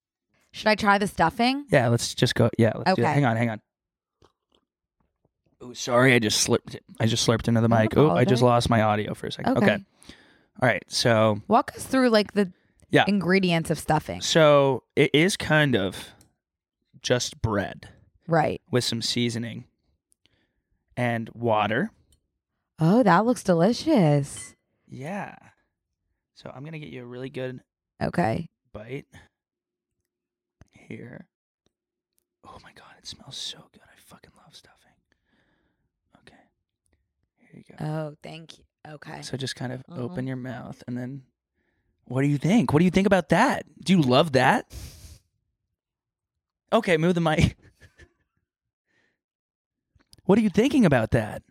[SPEAKER 2] Should I try the stuffing?
[SPEAKER 1] Yeah, let's just go. Yeah, let's do that.
[SPEAKER 2] Okay.
[SPEAKER 1] Hang on, hang on. Oh, sorry, I just slipped. I just slurped into the
[SPEAKER 2] Not
[SPEAKER 1] mic.
[SPEAKER 2] a
[SPEAKER 1] Oh, I just
[SPEAKER 2] problem.
[SPEAKER 1] lost my audio for a second.
[SPEAKER 2] Okay.
[SPEAKER 1] Okay. All right. So,
[SPEAKER 2] Walk us through like the
[SPEAKER 1] Yeah.
[SPEAKER 2] ingredients of stuffing.
[SPEAKER 1] so it is kind of just bread
[SPEAKER 2] Right.
[SPEAKER 1] with some seasoning and water.
[SPEAKER 2] Oh, that looks delicious.
[SPEAKER 1] Yeah. So I'm gonna get you a really good
[SPEAKER 2] Okay.
[SPEAKER 1] bite here. Oh my god, it smells so good. I fucking love stuffing. Okay. Here you go.
[SPEAKER 2] Oh, thank you. Okay.
[SPEAKER 1] So just kind of open your mouth and then what do you think? What do you think about that? Do you love that? Okay, move the mic. what are you thinking about that?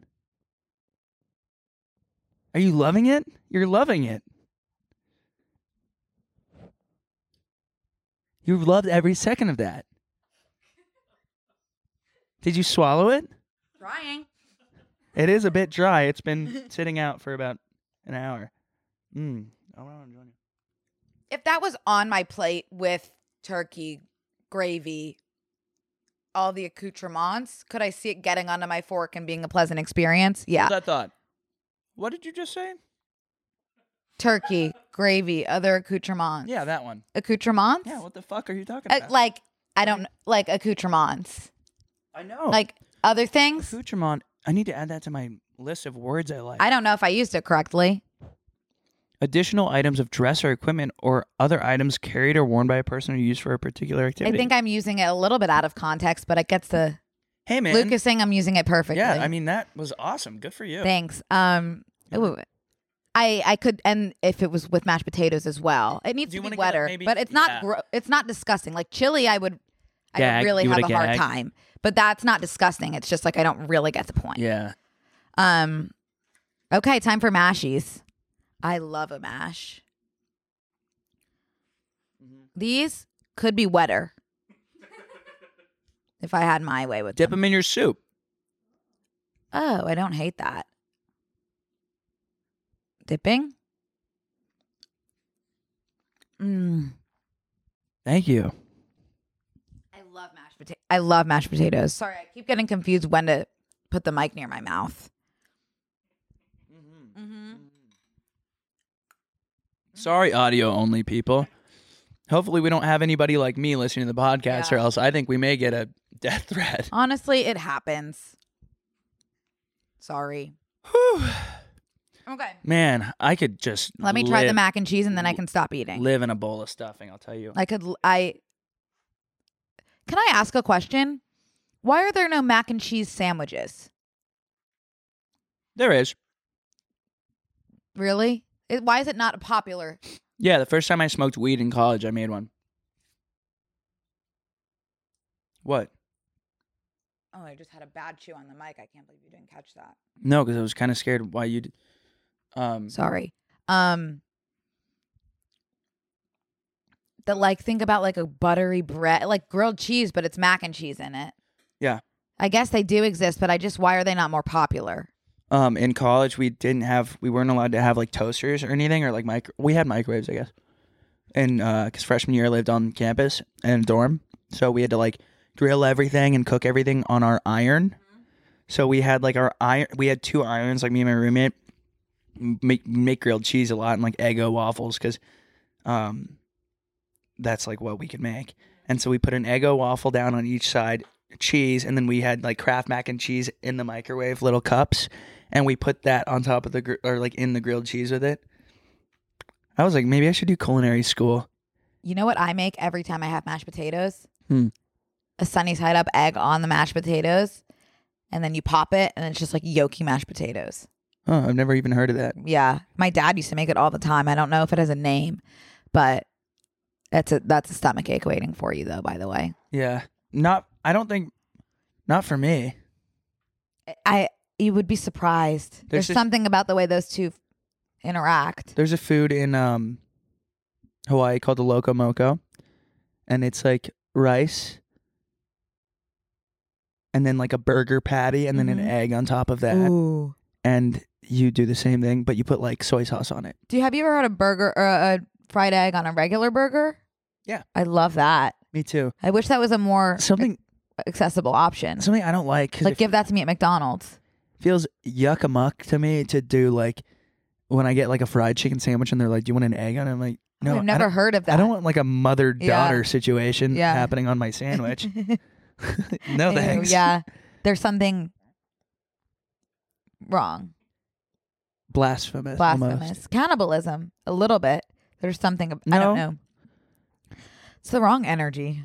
[SPEAKER 1] Are you loving it? You're loving it. You loved every second of that. Did you swallow it?
[SPEAKER 2] Trying.
[SPEAKER 1] It is a bit dry. It's been sitting out for about an hour. Mm. Oh, wow, I'm enjoying it.
[SPEAKER 2] If that was on my plate with turkey, gravy, all the accoutrements, could I see it getting onto my fork and being a pleasant experience? Yeah.
[SPEAKER 1] What's that thought? What did you just say?
[SPEAKER 2] turkey, gravy, other accoutrements.
[SPEAKER 1] Yeah, that one.
[SPEAKER 2] Accoutrements?
[SPEAKER 1] Yeah, what the fuck are you talking
[SPEAKER 2] Uh,
[SPEAKER 1] about?
[SPEAKER 2] like I don't like accoutrements.
[SPEAKER 1] I know.
[SPEAKER 2] Like other things.
[SPEAKER 1] accoutrement. I need to add that to my list of words I like.
[SPEAKER 2] I don't know if I used it correctly.
[SPEAKER 1] Additional items of dress or equipment or other items carried or worn by a person or used for a particular activity.
[SPEAKER 2] I think I'm using it a little bit out of context, but it gets the
[SPEAKER 1] Hey, man.
[SPEAKER 2] Lucas saying I'm using it perfectly.
[SPEAKER 1] Yeah, I mean, that was awesome. Good for you.
[SPEAKER 2] Thanks. Um, ooh, I I could and if it was with mashed potatoes as well, it needs
[SPEAKER 1] Do you
[SPEAKER 2] to
[SPEAKER 1] wanna
[SPEAKER 2] be
[SPEAKER 1] get a-
[SPEAKER 2] wetter,
[SPEAKER 1] maybe-
[SPEAKER 2] but it's not
[SPEAKER 1] yeah.
[SPEAKER 2] gro- it's not disgusting. Like chili, I would I
[SPEAKER 1] Gag.
[SPEAKER 2] would really
[SPEAKER 1] You
[SPEAKER 2] have a
[SPEAKER 1] wanna
[SPEAKER 2] hard
[SPEAKER 1] gag?
[SPEAKER 2] time, but that's not disgusting. It's just like I don't really get the point.
[SPEAKER 1] Yeah.
[SPEAKER 2] Um, okay, time for mashies. I love a mash.
[SPEAKER 1] Mm-hmm.
[SPEAKER 2] These could be wetter. if I had my way with
[SPEAKER 1] Dip
[SPEAKER 2] them.
[SPEAKER 1] them in your soup.
[SPEAKER 2] Oh, I don't hate that. Dipping. Mm.
[SPEAKER 1] Thank you.
[SPEAKER 2] I love mashed potatoes. I love mashed potatoes. Sorry, I keep getting confused when to put the mic near my mouth. Mm-hmm.
[SPEAKER 1] Sorry, audio only people. Hopefully, we don't have anybody like me listening to the podcast,
[SPEAKER 2] Yeah.
[SPEAKER 1] or else I think we may get a death threat.
[SPEAKER 2] Honestly, it happens. Sorry. Okay.
[SPEAKER 1] Man, I could just
[SPEAKER 2] Let me try the
[SPEAKER 1] live-
[SPEAKER 2] mac and cheese and then I can stop eating.
[SPEAKER 1] Live in a bowl of stuffing. I'll tell you.
[SPEAKER 2] I could l- I Can I ask a question? Why are there no mac and cheese sandwiches?
[SPEAKER 1] There is.
[SPEAKER 2] Really? It, why is it not popular?
[SPEAKER 1] Yeah, the first time I smoked weed in college, I made one. What?
[SPEAKER 2] Oh, I just had a bad chew on the mic. I can't believe you didn't catch that.
[SPEAKER 1] No, because I was kind of scared why you'd. Um,
[SPEAKER 2] Sorry. Um the like think about like a buttery bread like grilled cheese, but it's mac and cheese in it.
[SPEAKER 1] Yeah.
[SPEAKER 2] I guess they do exist, but I just why are they not more popular?
[SPEAKER 1] um, in college, we didn't have, we weren't allowed to have like toasters or anything, or like micro. We had microwaves, I guess. And because freshman year, I lived on campus in a dorm, so we had to like grill everything and cook everything on our iron. So we had like our iron. We had two irons. Like me and my roommate m- make make grilled cheese a lot and like Eggo waffles because, um, that's like what we could make. And so we put an Eggo waffle down on each side, cheese, and then we had like Kraft mac and cheese in the microwave, little cups, and we put that on top of the gr- or like in the grilled cheese with it. I was like, maybe I should do culinary school.
[SPEAKER 2] You know what I make every time I have mashed potatoes?
[SPEAKER 1] Hmm.
[SPEAKER 2] A sunny side up egg on the mashed potatoes. And then you pop it, and it's just like yolky mashed potatoes.
[SPEAKER 1] Oh, I've never even heard of that.
[SPEAKER 2] Yeah, my dad used to make it all the time. I don't know if it has a name, but that's a that's a stomach ache waiting for you, though. By the way,
[SPEAKER 1] Yeah, not. I don't think, not for me.
[SPEAKER 2] I you would be surprised. There's,
[SPEAKER 1] There's this-
[SPEAKER 2] something about the way those two interact.
[SPEAKER 1] There's a food in um Hawaii called the loco moco, and it's like rice, and then like a burger patty, and then
[SPEAKER 2] Mhm.
[SPEAKER 1] an egg on top of that,
[SPEAKER 2] Ooh.
[SPEAKER 1] and you do the same thing, but you put like soy sauce on it.
[SPEAKER 2] Do you have you ever had a burger or a fried egg on a regular burger?
[SPEAKER 1] Yeah.
[SPEAKER 2] I love that.
[SPEAKER 1] Me too.
[SPEAKER 2] I wish that was a more
[SPEAKER 1] Something
[SPEAKER 2] accessible option.
[SPEAKER 1] Something I don't like. 'cause
[SPEAKER 2] Like,
[SPEAKER 1] it
[SPEAKER 2] give that to me at McDonald's.
[SPEAKER 1] feels yuck a muck to me to do like when I get like a fried chicken sandwich and they're like, "Do you want an egg on it?" I'm like, "No,
[SPEAKER 2] I've
[SPEAKER 1] I
[SPEAKER 2] never
[SPEAKER 1] don't-
[SPEAKER 2] heard of that.
[SPEAKER 1] I don't want like a mother daughter
[SPEAKER 2] Yeah.
[SPEAKER 1] situation
[SPEAKER 2] Yeah.
[SPEAKER 1] happening on my sandwich. no
[SPEAKER 2] Ew,
[SPEAKER 1] thanks.
[SPEAKER 2] Yeah, there's something wrong,
[SPEAKER 1] Blasphemous.
[SPEAKER 2] blasphemous,
[SPEAKER 1] Almost.
[SPEAKER 2] cannibalism, a little bit. There's something ab- I don't
[SPEAKER 1] No.
[SPEAKER 2] know. It's the wrong energy.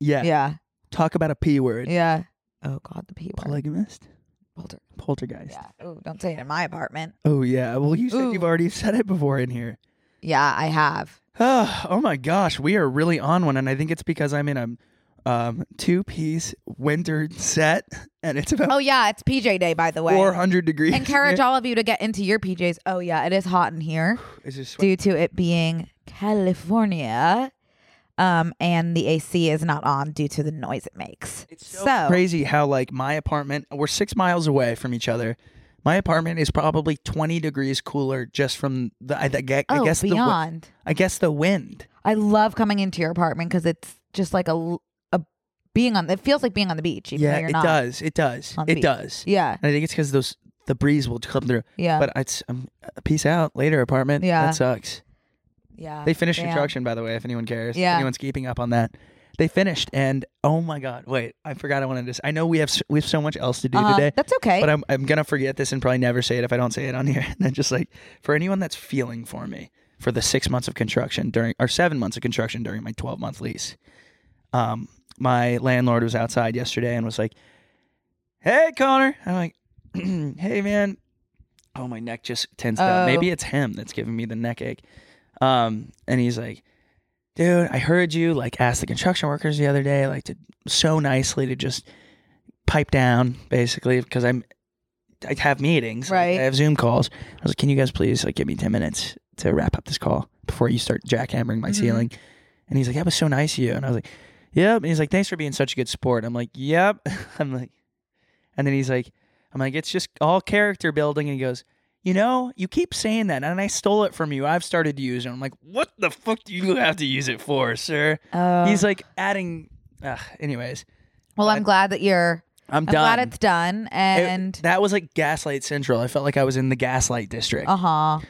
[SPEAKER 1] Yeah.
[SPEAKER 2] Yeah,
[SPEAKER 1] Talk about a p word.
[SPEAKER 2] yeah. Oh God, the P word.
[SPEAKER 1] Polygamist.
[SPEAKER 2] Polter-
[SPEAKER 1] Poltergeist.
[SPEAKER 2] Yeah. Oh, don't say it in my apartment.
[SPEAKER 1] Oh yeah. Well, you said
[SPEAKER 2] Ooh.
[SPEAKER 1] you've already said it before in here.
[SPEAKER 2] Yeah, I have.
[SPEAKER 1] Oh, oh my gosh, we are really on one, and I think it's because I'm in a um, two-piece winter set, and it's about
[SPEAKER 2] Oh yeah, it's PJ day by the way.
[SPEAKER 1] 400 degrees.
[SPEAKER 2] Encourage all of you to get into your PJs. Oh yeah, it is hot in here.
[SPEAKER 1] It's just sweat.
[SPEAKER 2] due to it being California. Um, and the AC is not on due to the noise it makes. It's so,
[SPEAKER 1] crazy how like my apartment. We're six miles away from each other. My apartment is probably 20 degrees cooler just from the. I, gue- I
[SPEAKER 2] Oh,
[SPEAKER 1] guess the. wi-
[SPEAKER 2] beyond.
[SPEAKER 1] I guess the wind.
[SPEAKER 2] I love coming into your apartment because it's just like a, l- a being on. It feels like being on the beach. Even though
[SPEAKER 1] yeah,
[SPEAKER 2] you're
[SPEAKER 1] it
[SPEAKER 2] not
[SPEAKER 1] does. It does.
[SPEAKER 2] on the
[SPEAKER 1] It
[SPEAKER 2] beach.
[SPEAKER 1] does.
[SPEAKER 2] Yeah,
[SPEAKER 1] And I think it's because those the breeze will come through.
[SPEAKER 2] Yeah.
[SPEAKER 1] But it's um, peace out later apartment.
[SPEAKER 2] Yeah.
[SPEAKER 1] That sucks.
[SPEAKER 2] yeah.
[SPEAKER 1] They finished
[SPEAKER 2] Damn.
[SPEAKER 1] construction, by the way, if anyone cares.
[SPEAKER 2] Yeah.
[SPEAKER 1] If anyone's keeping up on that. They finished, and oh my god! Wait, I forgot I wanted to. s- I know we have s- we have so much else to do
[SPEAKER 2] Uh-huh.
[SPEAKER 1] today.
[SPEAKER 2] That's okay.
[SPEAKER 1] But I'm I'm gonna forget this and probably never say it if I don't say it on here. And then just like for anyone that's feeling for me for the six months of construction during or seven months of construction during my twelve month lease, um, my landlord was outside yesterday and was like, "Hey, Connor," I'm like, "Hey, man." Oh, my neck just tensed
[SPEAKER 2] Oh.
[SPEAKER 1] up. Maybe it's him that's giving me the neck ache. Um, and he's like, dude, I heard you like ask the construction workers the other day, like to so nicely to just pipe down, basically, because I'm I have meetings, like,
[SPEAKER 2] Right.
[SPEAKER 1] I have Zoom calls. I was like, can you guys please like give me ten minutes to wrap up this call before you start jackhammering my ceiling? And he's like, that was so nice of you. And I was like, yep. And he's like, thanks for being such a good sport. I'm like, yep. I'm like, and then he's like, I'm like, it's just all character building. And he goes. You know, you keep saying that, and I stole it from you. I've started to use it. I'm like, what the fuck do you have to use it for, sir?
[SPEAKER 2] Uh,
[SPEAKER 1] He's like adding. Ugh, anyways,
[SPEAKER 2] well, I'm
[SPEAKER 1] but-
[SPEAKER 2] glad that you're.
[SPEAKER 1] I'm,
[SPEAKER 2] I'm
[SPEAKER 1] done.
[SPEAKER 2] glad it's done.
[SPEAKER 1] It-
[SPEAKER 2] And
[SPEAKER 1] that was like Gaslight Central. I felt like I was in the Gaslight District.
[SPEAKER 2] uh huh.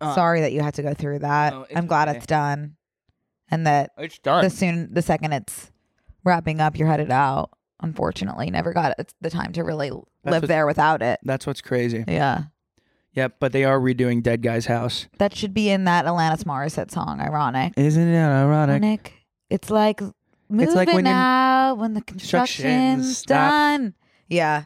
[SPEAKER 1] Uh,
[SPEAKER 2] Sorry that you had to go through that.
[SPEAKER 1] No, it's
[SPEAKER 2] I'm glad
[SPEAKER 1] okay.
[SPEAKER 2] it's done, and that
[SPEAKER 1] It's done.
[SPEAKER 2] the soon the second it's wrapping up, you're headed out. Unfortunately, never got it- the time to really live
[SPEAKER 1] what-
[SPEAKER 2] there without it.
[SPEAKER 1] That's what's crazy.
[SPEAKER 2] Yeah,
[SPEAKER 1] Yep, but they are redoing Dead Guy's house.
[SPEAKER 2] that should be in that Alanis Morissette song. Ironic,
[SPEAKER 1] Isn't it ironic?
[SPEAKER 2] ironic. It's like moving
[SPEAKER 1] like when you-
[SPEAKER 2] out when the
[SPEAKER 1] Construction
[SPEAKER 2] construction's
[SPEAKER 1] stops.
[SPEAKER 2] done. Yeah,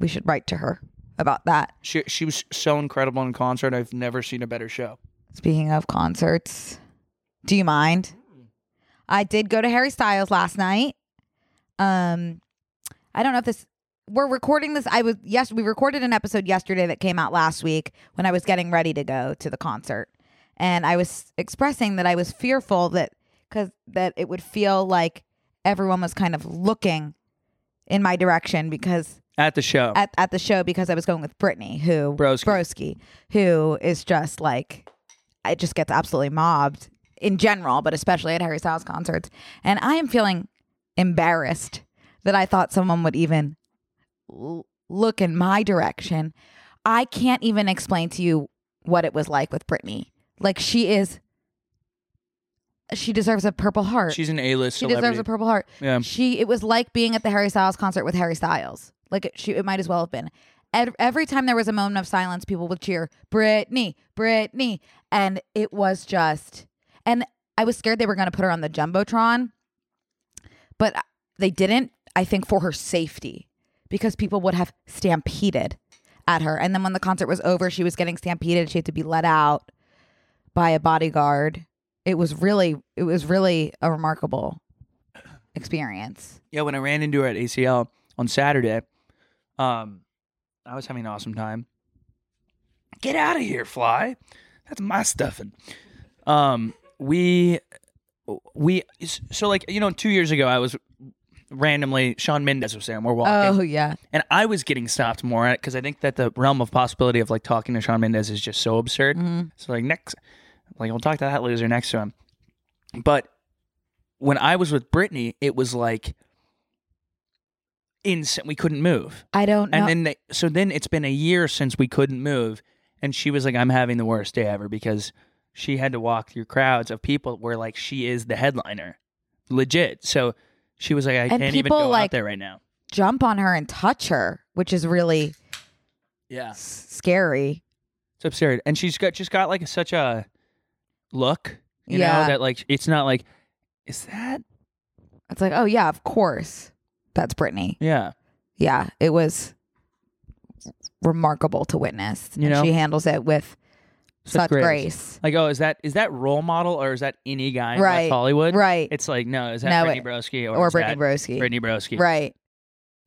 [SPEAKER 2] we should write to her about that.
[SPEAKER 1] She she was so incredible in concert. I've never seen a better show.
[SPEAKER 2] Speaking of concerts, do you mind? I did go to Harry Styles last night. Um, I don't know if this we're recording this. I was yes, we recorded an episode yesterday that came out last week when I was getting ready to go to the concert, and I was expressing that I was fearful that because that it would feel like everyone was kind of looking in my direction because
[SPEAKER 1] At the show.
[SPEAKER 2] at, at the show because I was going with Brittany, who
[SPEAKER 1] Broski.
[SPEAKER 2] who is just like, it just gets absolutely mobbed in general, but especially at Harry Styles concerts. And I am feeling embarrassed that I thought someone would even l- look in my direction. I can't even explain to you what it was like with Brittany. Like she is, she deserves a Purple Heart.
[SPEAKER 1] She's an A list
[SPEAKER 2] she
[SPEAKER 1] celebrity.
[SPEAKER 2] deserves a Purple Heart
[SPEAKER 1] yeah.
[SPEAKER 2] she it was like being at the Harry Styles concert with Harry Styles. Like it, she, it might as well have been. Ev- Every time there was a moment of silence, people would cheer Britney, Britney, and it was just. And I was scared they were going to put her on the jumbotron, but they didn't. I think for her safety, because people would have stampeded at her. And then when the concert was over, she was getting stampeded. She had to be let out by a bodyguard. It was really, it was really a remarkable experience.
[SPEAKER 1] Yeah, when I ran into her at ACL on Saturday, um, I was having an awesome time. Get out of here, fly. That's my stuffing. Um, we we so like you know two years ago I was randomly Sean Mendez was saying we're walking
[SPEAKER 2] Oh yeah,
[SPEAKER 1] and I was getting stopped more because I think that the realm of possibility of like talking to Sean Mendez is just so absurd.
[SPEAKER 2] Mm-hmm.
[SPEAKER 1] So like next, like we'll talk to that loser next to him. But when I was with Brittany, it was like insane. We couldn't move.
[SPEAKER 2] I don't know.
[SPEAKER 1] And then they, so then it's been a year since we couldn't move, and she was like, "I'm having the worst day ever" because she had to walk through crowds of people where like she is the headliner, legit. So she was like, "I can't even
[SPEAKER 2] people,
[SPEAKER 1] go
[SPEAKER 2] like-
[SPEAKER 1] out there right now."
[SPEAKER 2] Jump on her and touch her, which is really
[SPEAKER 1] Yeah,
[SPEAKER 2] s- scary.
[SPEAKER 1] it's absurd. And she's got just got like such a look, you
[SPEAKER 2] Yeah.
[SPEAKER 1] know, that like it's not like is that
[SPEAKER 2] It's like, oh yeah, of course, that's Brittany.
[SPEAKER 1] yeah.
[SPEAKER 2] Yeah, it was remarkable to witness.
[SPEAKER 1] You
[SPEAKER 2] and
[SPEAKER 1] know?
[SPEAKER 2] she handles it with
[SPEAKER 1] Such
[SPEAKER 2] such,
[SPEAKER 1] grace.
[SPEAKER 2] grace.
[SPEAKER 1] Like, oh, is that is that role model or is that any guy in
[SPEAKER 2] Right,
[SPEAKER 1] West Hollywood?
[SPEAKER 2] right.
[SPEAKER 1] It's like, no, is that
[SPEAKER 2] No,
[SPEAKER 1] Brittany
[SPEAKER 2] it-
[SPEAKER 1] Broski or,
[SPEAKER 2] or
[SPEAKER 1] is
[SPEAKER 2] Brittany
[SPEAKER 1] that
[SPEAKER 2] Broski.
[SPEAKER 1] Brittany Broski.
[SPEAKER 2] Right.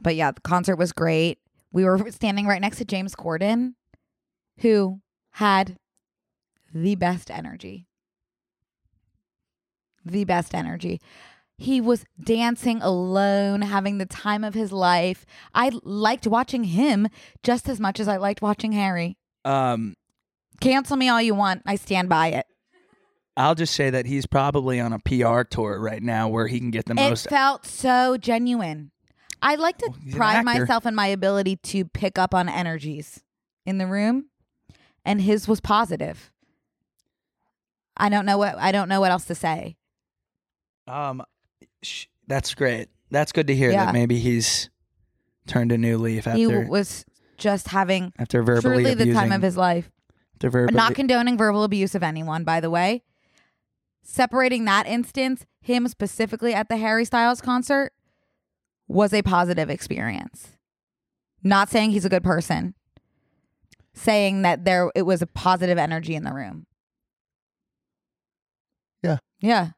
[SPEAKER 2] But yeah, the concert was great. We were standing right next to James Corden, who had the best energy. The best energy. He was dancing alone, having the time of his life. I liked watching him just as much as I liked watching Harry.
[SPEAKER 1] Um,
[SPEAKER 2] Cancel me all you want. I stand by it.
[SPEAKER 1] I'll just say that he's probably on a PR tour right now where he can get the most.
[SPEAKER 2] It felt so genuine. I like to
[SPEAKER 1] Well, he's an
[SPEAKER 2] pride
[SPEAKER 1] actor.
[SPEAKER 2] myself in my ability to pick up on energies in the room, and his was positive. I don't know what I don't know what else to say.
[SPEAKER 1] um, sh- that's great. That's good to hear
[SPEAKER 2] Yeah.
[SPEAKER 1] that maybe he's turned a new leaf after
[SPEAKER 2] he w- was just having
[SPEAKER 1] after verbally
[SPEAKER 2] truly
[SPEAKER 1] abusing,
[SPEAKER 2] the time of his life.
[SPEAKER 1] after verbally,
[SPEAKER 2] Not condoning verbal abuse of anyone, by the way. Separating that instance, him specifically at the Harry Styles concert, was a positive experience. Not saying he's a good person, saying that there it was a positive energy in the room.
[SPEAKER 3] Yeah.
[SPEAKER 2] Yeah.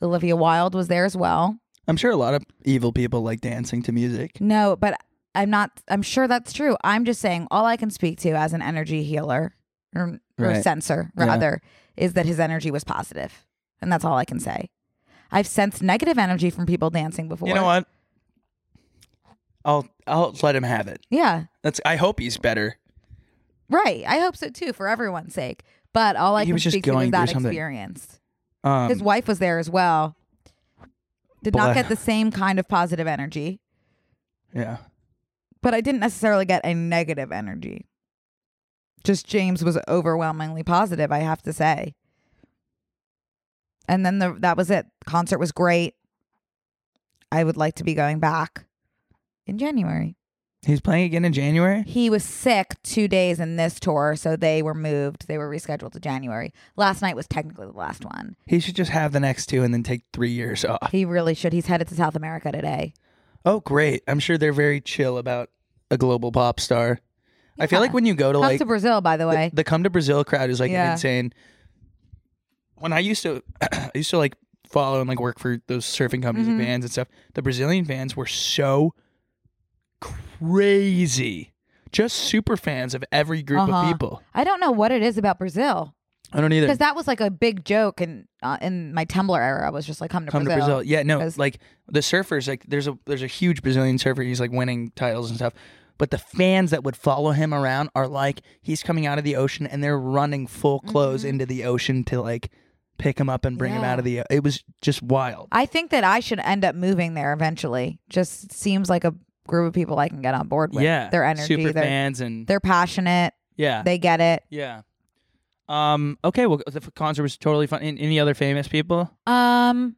[SPEAKER 2] Olivia Wilde was there as well.
[SPEAKER 1] I'm sure a lot of evil people like dancing to music.
[SPEAKER 2] No, but I'm not. I'm sure that's true. I'm just saying all I can speak to as an energy healer or, or
[SPEAKER 1] Right.
[SPEAKER 2] sensor
[SPEAKER 1] Yeah.
[SPEAKER 2] rather is that his energy was positive, and that's all I can say. I've sensed negative energy from people dancing before.
[SPEAKER 1] You know what? I'll I'll let him have it.
[SPEAKER 2] Yeah,
[SPEAKER 1] That's. I hope he's better.
[SPEAKER 2] right. I hope so too, for everyone's sake. But all I
[SPEAKER 1] He
[SPEAKER 2] can
[SPEAKER 1] was just
[SPEAKER 2] speak to
[SPEAKER 1] going
[SPEAKER 2] is
[SPEAKER 1] through
[SPEAKER 2] that
[SPEAKER 1] something.
[SPEAKER 2] experience.
[SPEAKER 1] Um,
[SPEAKER 2] His wife was there as well. Did
[SPEAKER 1] Blah.
[SPEAKER 2] not get the same kind of positive energy,
[SPEAKER 1] yeah.
[SPEAKER 2] but I didn't necessarily get a negative energy. Just James was overwhelmingly positive, I have to say. And then the, that was it. Concert was great. I would like to be going back in January.
[SPEAKER 1] He's playing again in January.
[SPEAKER 2] He was sick two days in this tour, so they were moved. They were rescheduled to January. Last night was technically the last one.
[SPEAKER 1] He should just have the next two and then take three years off.
[SPEAKER 2] He really should. He's headed to South America today.
[SPEAKER 1] Oh, great! I'm sure they're very chill about a global pop star. I feel
[SPEAKER 2] Yeah.
[SPEAKER 1] like when you go to
[SPEAKER 2] Come
[SPEAKER 1] like
[SPEAKER 2] to Brazil, by the way.
[SPEAKER 1] the, the come to Brazil crowd is like
[SPEAKER 2] Yeah.
[SPEAKER 1] insane. When I used to, I used to like follow and like work for those surfing companies
[SPEAKER 2] Mm-hmm.
[SPEAKER 1] and vans and stuff. The Brazilian fans were so crazy, just super fans of every group
[SPEAKER 2] Uh-huh.
[SPEAKER 1] of people.
[SPEAKER 2] I don't know what it is about Brazil.
[SPEAKER 1] I don't either.
[SPEAKER 2] because that was like a big joke in uh, in my Tumblr era. Was just like come to
[SPEAKER 1] come
[SPEAKER 2] Brazil.
[SPEAKER 1] to Brazil. Yeah, no,
[SPEAKER 2] 'Cause-
[SPEAKER 1] like the surfers, like there's a there's a huge Brazilian surfer. He's like winning titles and stuff. But the fans that would follow him around are like he's coming out of the ocean and they're running full clothes into the ocean to like pick him up and bring him
[SPEAKER 2] Mm-hmm. Yeah.
[SPEAKER 1] out of the. It was just wild.
[SPEAKER 2] I think that I should end up moving there eventually. Just seems like a group of people I can get on board with.
[SPEAKER 1] yeah,
[SPEAKER 2] their energy,
[SPEAKER 1] super
[SPEAKER 2] they're,
[SPEAKER 1] fans, and
[SPEAKER 2] they're passionate,
[SPEAKER 1] yeah,
[SPEAKER 2] they get it.
[SPEAKER 1] yeah. Um. Okay. Well, the f- concert was totally fun. An- Any other famous people?
[SPEAKER 2] Um,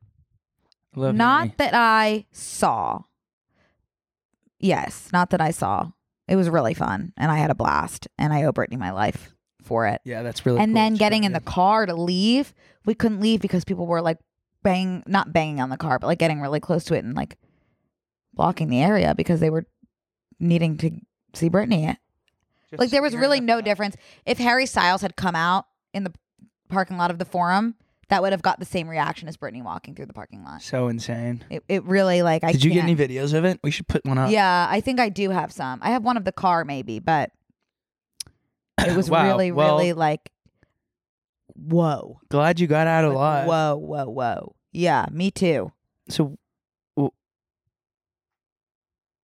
[SPEAKER 1] I Love
[SPEAKER 2] not
[SPEAKER 1] Annie.
[SPEAKER 2] that I saw. Yes, not that I saw. It was really fun, and I had a blast, and I owe Brittany my life for it.
[SPEAKER 1] Yeah, that's really.
[SPEAKER 2] and
[SPEAKER 1] cool
[SPEAKER 2] then
[SPEAKER 1] that you
[SPEAKER 2] getting
[SPEAKER 1] got
[SPEAKER 2] in the
[SPEAKER 1] it.
[SPEAKER 2] car to leave, we couldn't leave because people were like bang, not banging on the car, but like getting really close to it and like blocking the area because they were needing to see Britney.
[SPEAKER 1] Just
[SPEAKER 2] Like there was
[SPEAKER 1] scared
[SPEAKER 2] really
[SPEAKER 1] of
[SPEAKER 2] no
[SPEAKER 1] that.
[SPEAKER 2] difference. If Harry Styles had come out in the parking lot of the Forum, that would have got the same reaction as Britney walking through the parking lot.
[SPEAKER 1] So insane.
[SPEAKER 2] It, it really like I
[SPEAKER 1] Did you get
[SPEAKER 2] can't-
[SPEAKER 1] any uh, videos of it? We should put one up.
[SPEAKER 2] Yeah, I think I do have some. I have one of the car maybe, but it was
[SPEAKER 1] Wow,
[SPEAKER 2] really,
[SPEAKER 1] well-
[SPEAKER 2] really like whoa.
[SPEAKER 1] Glad you got out
[SPEAKER 2] Like,
[SPEAKER 1] alive.
[SPEAKER 2] Whoa, whoa, whoa. Yeah, me too.
[SPEAKER 1] So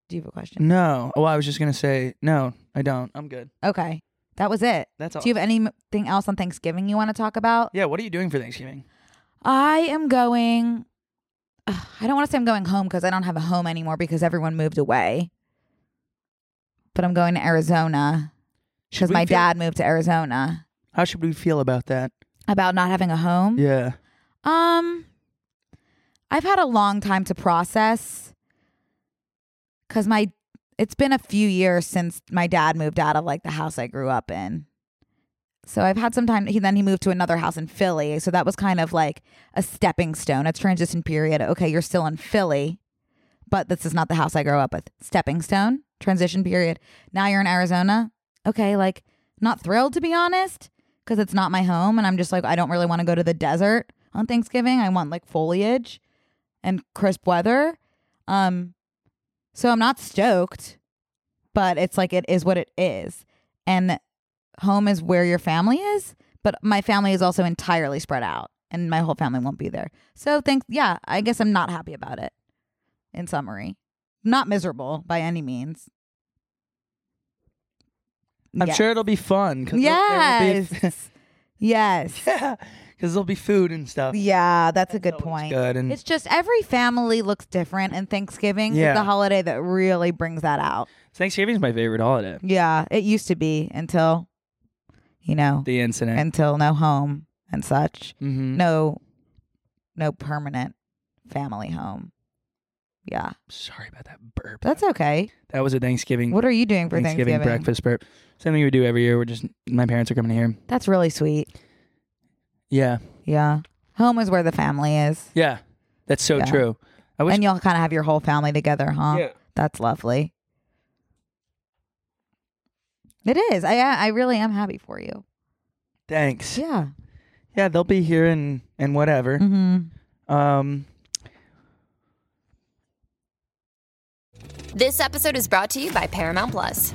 [SPEAKER 2] Do you have a question?
[SPEAKER 1] no. Well, I was just gonna say no. I don't. I'm good.
[SPEAKER 2] Okay. That was it.
[SPEAKER 1] That's all.
[SPEAKER 2] Do you have anything else on Thanksgiving you want to talk about?
[SPEAKER 1] yeah. What are you doing for Thanksgiving?
[SPEAKER 2] I am going Ugh, I don't want to say I'm going home because I don't have a home anymore because everyone moved away. But I'm going to Arizona
[SPEAKER 1] Should
[SPEAKER 2] because
[SPEAKER 1] we
[SPEAKER 2] my
[SPEAKER 1] feel-
[SPEAKER 2] dad moved to Arizona.
[SPEAKER 1] How should we feel about that?
[SPEAKER 2] About not having a home?
[SPEAKER 1] Yeah.
[SPEAKER 2] Um, I've had a long time to process because my it's been a few years since my dad moved out of like the house I grew up in. So I've had some time. He then he moved to another house in Philly. So that was kind of like a stepping stone, a transition period. Okay, you're still in Philly, but this is not the house I grew up with. Stepping stone, transition period. Now you're in Arizona. Okay, like not thrilled to be honest because it's not my home and I'm just like I don't really want to go to the desert on Thanksgiving. I want like foliage and crisp weather. Um so I'm not stoked, but it's like it is what it is. And home is where your family is, but my family is also entirely spread out and my whole family won't be there. So thanks yeah, I guess I'm not happy about it. In summary, not miserable by any means.
[SPEAKER 1] I'm
[SPEAKER 2] Yeah.
[SPEAKER 1] sure it'll be fun. 'cause there'll- there will be-
[SPEAKER 2] Yes. yes.
[SPEAKER 1] yeah. Because there'll be food and stuff.
[SPEAKER 2] Yeah, that's a good
[SPEAKER 1] It's
[SPEAKER 2] point.
[SPEAKER 1] Good and
[SPEAKER 2] It's just every family looks different, and Thanksgiving
[SPEAKER 1] Yeah.
[SPEAKER 2] is the holiday that really brings that out.
[SPEAKER 1] Thanksgiving's my favorite holiday.
[SPEAKER 2] Yeah, it used to be until, you know,
[SPEAKER 1] The incident.
[SPEAKER 2] until no home and such,
[SPEAKER 1] mm-hmm.
[SPEAKER 2] no, no permanent family home. Yeah,
[SPEAKER 1] Sorry about that burp.
[SPEAKER 2] that's okay.
[SPEAKER 1] that was a Thanksgiving.
[SPEAKER 2] What are you doing for Thanksgiving?
[SPEAKER 1] breakfast burp. Same thing we do every year. We're just my parents are coming here.
[SPEAKER 2] That's really sweet.
[SPEAKER 1] Yeah,
[SPEAKER 2] Yeah, home is where the family is,
[SPEAKER 1] yeah, that's so
[SPEAKER 2] Yeah. Uh-huh.
[SPEAKER 1] true. I wish.
[SPEAKER 2] and you'll kind of have your whole family together, huh?
[SPEAKER 1] yeah.
[SPEAKER 2] That's lovely. It is. I I really am happy for you.
[SPEAKER 1] Thanks. Yeah.
[SPEAKER 2] Yeah.
[SPEAKER 1] they'll be here and and whatever.
[SPEAKER 2] Mm-hmm.
[SPEAKER 1] Um,
[SPEAKER 4] This episode is brought to you by Paramount Plus.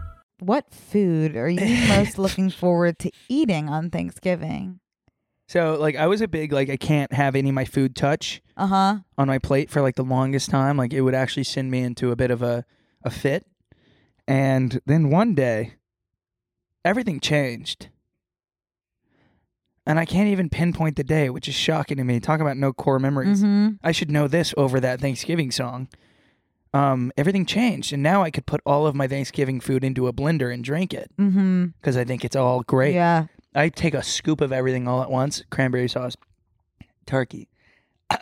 [SPEAKER 2] What food are you most looking forward to eating on Thanksgiving?
[SPEAKER 1] so like I was a big like I can't have any of my food touch
[SPEAKER 2] Uh huh.
[SPEAKER 1] on my plate for like the longest time. Like it would actually send me into a bit of a a fit. And then one day, everything changed. And I can't even pinpoint the day, which is shocking to me. Talk about no core memories.
[SPEAKER 2] Mm-hmm.
[SPEAKER 1] I should know this over that Thanksgiving song. Um, everything changed, and now I could put all of my Thanksgiving food into a blender and drink it
[SPEAKER 2] Mm-hmm.
[SPEAKER 1] because I think it's all great.
[SPEAKER 2] Yeah.
[SPEAKER 1] I take a scoop of everything all at once cranberry sauce, turkey,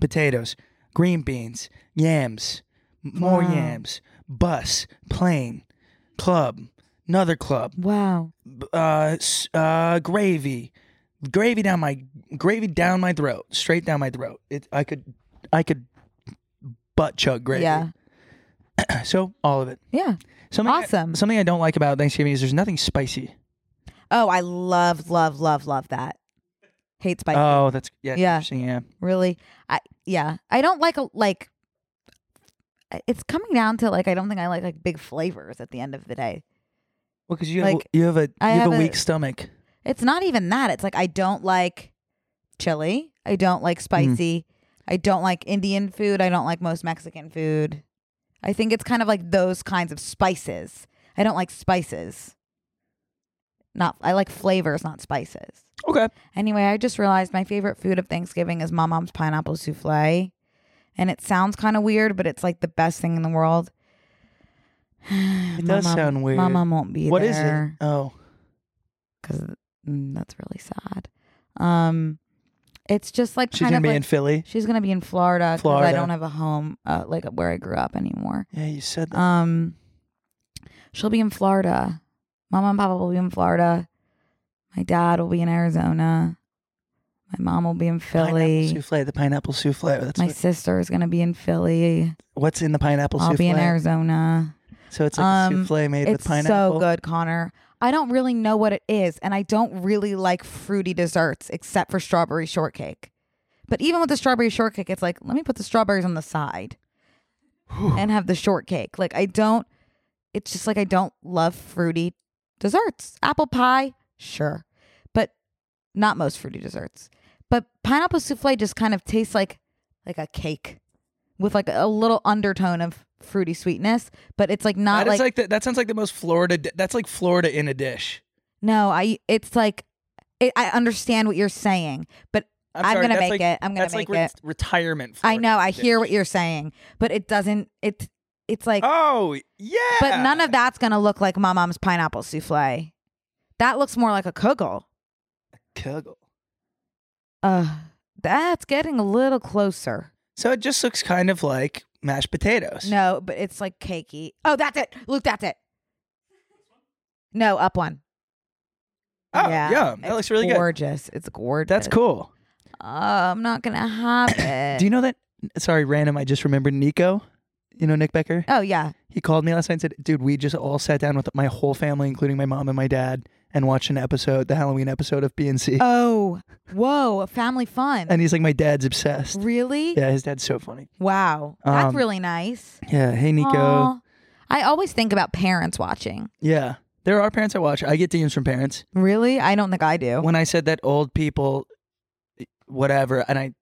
[SPEAKER 1] potatoes, green beans, yams, m- more
[SPEAKER 2] Wow.
[SPEAKER 1] yams, bus, plane, club, another club,
[SPEAKER 2] Wow.
[SPEAKER 1] b- uh, s- uh, gravy, gravy down my gravy down my throat, straight down my throat. It, I could, I could butt chug gravy.
[SPEAKER 2] Yeah.
[SPEAKER 1] So all of it.
[SPEAKER 2] Yeah.
[SPEAKER 1] Something I-
[SPEAKER 2] Awesome.
[SPEAKER 1] something I don't like about Thanksgiving is there's nothing spicy.
[SPEAKER 2] Oh, I love, love, love, love that. Hate spicy.
[SPEAKER 1] oh, that's yeah,
[SPEAKER 2] Yeah.
[SPEAKER 1] interesting. Yeah.
[SPEAKER 2] really. I yeah. I don't like a like it's coming down to like I don't think I like like big flavors at the end of the day.
[SPEAKER 1] Well, because you have,
[SPEAKER 2] Like,
[SPEAKER 1] you have a you
[SPEAKER 2] I
[SPEAKER 1] have, a
[SPEAKER 2] have
[SPEAKER 1] weak
[SPEAKER 2] a-
[SPEAKER 1] stomach.
[SPEAKER 2] It's not even that. It's like I don't like chili. I don't
[SPEAKER 1] Hmm.
[SPEAKER 2] like spicy. I don't like Indian food. I don't like most Mexican food. I think it's kind of like those kinds of spices. I don't like spices. Not I like flavors, not spices.
[SPEAKER 1] Okay.
[SPEAKER 2] Anyway, I just realized my favorite food of Thanksgiving is my mom's pineapple souffle. And it sounds kind of weird, but it's like the best thing in the world.
[SPEAKER 1] It does sound weird.
[SPEAKER 2] My mom won't be
[SPEAKER 1] What is
[SPEAKER 2] there
[SPEAKER 1] it? Oh,
[SPEAKER 2] because that's really sad. Um, it's just like
[SPEAKER 1] she's
[SPEAKER 2] kind
[SPEAKER 1] gonna
[SPEAKER 2] of
[SPEAKER 1] be
[SPEAKER 2] like-
[SPEAKER 1] in Philly.
[SPEAKER 2] She's gonna be in Florida. 'cause I
[SPEAKER 1] Florida.
[SPEAKER 2] don't have a home uh, like where I grew up anymore.
[SPEAKER 1] Yeah, you said that.
[SPEAKER 2] Um, she'll be in Florida. Mama and Papa will be in Florida. My dad will be in Arizona. My mom will be in
[SPEAKER 1] Pineapple
[SPEAKER 2] Philly.
[SPEAKER 1] souffle. The pineapple souffle. That's
[SPEAKER 2] My
[SPEAKER 1] what-
[SPEAKER 2] sister is gonna be in Philly.
[SPEAKER 1] what's in the pineapple
[SPEAKER 2] I'll
[SPEAKER 1] souffle.
[SPEAKER 2] be in Arizona.
[SPEAKER 1] So it's like a
[SPEAKER 2] Um,
[SPEAKER 1] souffle made
[SPEAKER 2] It's
[SPEAKER 1] with pineapple.
[SPEAKER 2] so good, Connor. I don't really know what it is, and I don't really like fruity desserts except for strawberry shortcake. But even with the strawberry shortcake, it's like, let me put the strawberries on the side and have the shortcake. Like, I don't, it's just like I don't love fruity desserts. Apple pie, sure, but not most fruity desserts. But pineapple souffle just kind of tastes like like a cake with like a little undertone of fruity sweetness, but it's like not
[SPEAKER 1] That is
[SPEAKER 2] like,
[SPEAKER 1] like the, that sounds like the most Florida. di- That's like Florida in a dish.
[SPEAKER 2] No, I. It's like it, I understand what you're saying, but
[SPEAKER 1] I'm,
[SPEAKER 2] I'm
[SPEAKER 1] sorry,
[SPEAKER 2] gonna
[SPEAKER 1] that's
[SPEAKER 2] make
[SPEAKER 1] like-
[SPEAKER 2] it. I'm gonna
[SPEAKER 1] that's like
[SPEAKER 2] make
[SPEAKER 1] re-
[SPEAKER 2] it.
[SPEAKER 1] retirement.
[SPEAKER 2] I
[SPEAKER 1] Florida
[SPEAKER 2] know. I
[SPEAKER 1] dish.
[SPEAKER 2] hear what you're saying, but it doesn't. It. It's like.
[SPEAKER 1] Oh yeah.
[SPEAKER 2] But none of that's gonna look like my mom's pineapple souffle. That looks more like a kugel.
[SPEAKER 1] Kugel.
[SPEAKER 2] Uh, that's getting a little closer.
[SPEAKER 1] So it just looks kind of like mashed potatoes.
[SPEAKER 2] No, but it's like cakey. Oh, that's it, Luke. That's it. No, up one.
[SPEAKER 1] Oh yeah, that
[SPEAKER 2] it's
[SPEAKER 1] looks really good.
[SPEAKER 2] Gorgeous. It's gorgeous.
[SPEAKER 1] That's cool.
[SPEAKER 2] Uh, I'm not gonna have it.
[SPEAKER 1] Do you know that? Sorry, random. I just remembered Nico. You know Nick Becker.
[SPEAKER 2] Oh yeah.
[SPEAKER 1] He called me last night and said, "Dude, we just all sat down with my whole family, including my mom and my dad, and watched an episode, the Halloween episode of BNC."
[SPEAKER 2] Oh, whoa, family fun.
[SPEAKER 1] and he's like, "My dad's obsessed."
[SPEAKER 2] really?
[SPEAKER 1] Yeah, his dad's so funny.
[SPEAKER 2] Wow. That's
[SPEAKER 1] Um,
[SPEAKER 2] really nice.
[SPEAKER 1] Yeah. Hey, Nico.
[SPEAKER 2] Aw. I always think about parents watching.
[SPEAKER 1] Yeah. There are parents that watch. I get DMs from parents.
[SPEAKER 2] Really? I don't think I do.
[SPEAKER 1] When I said that old people, whatever, and I,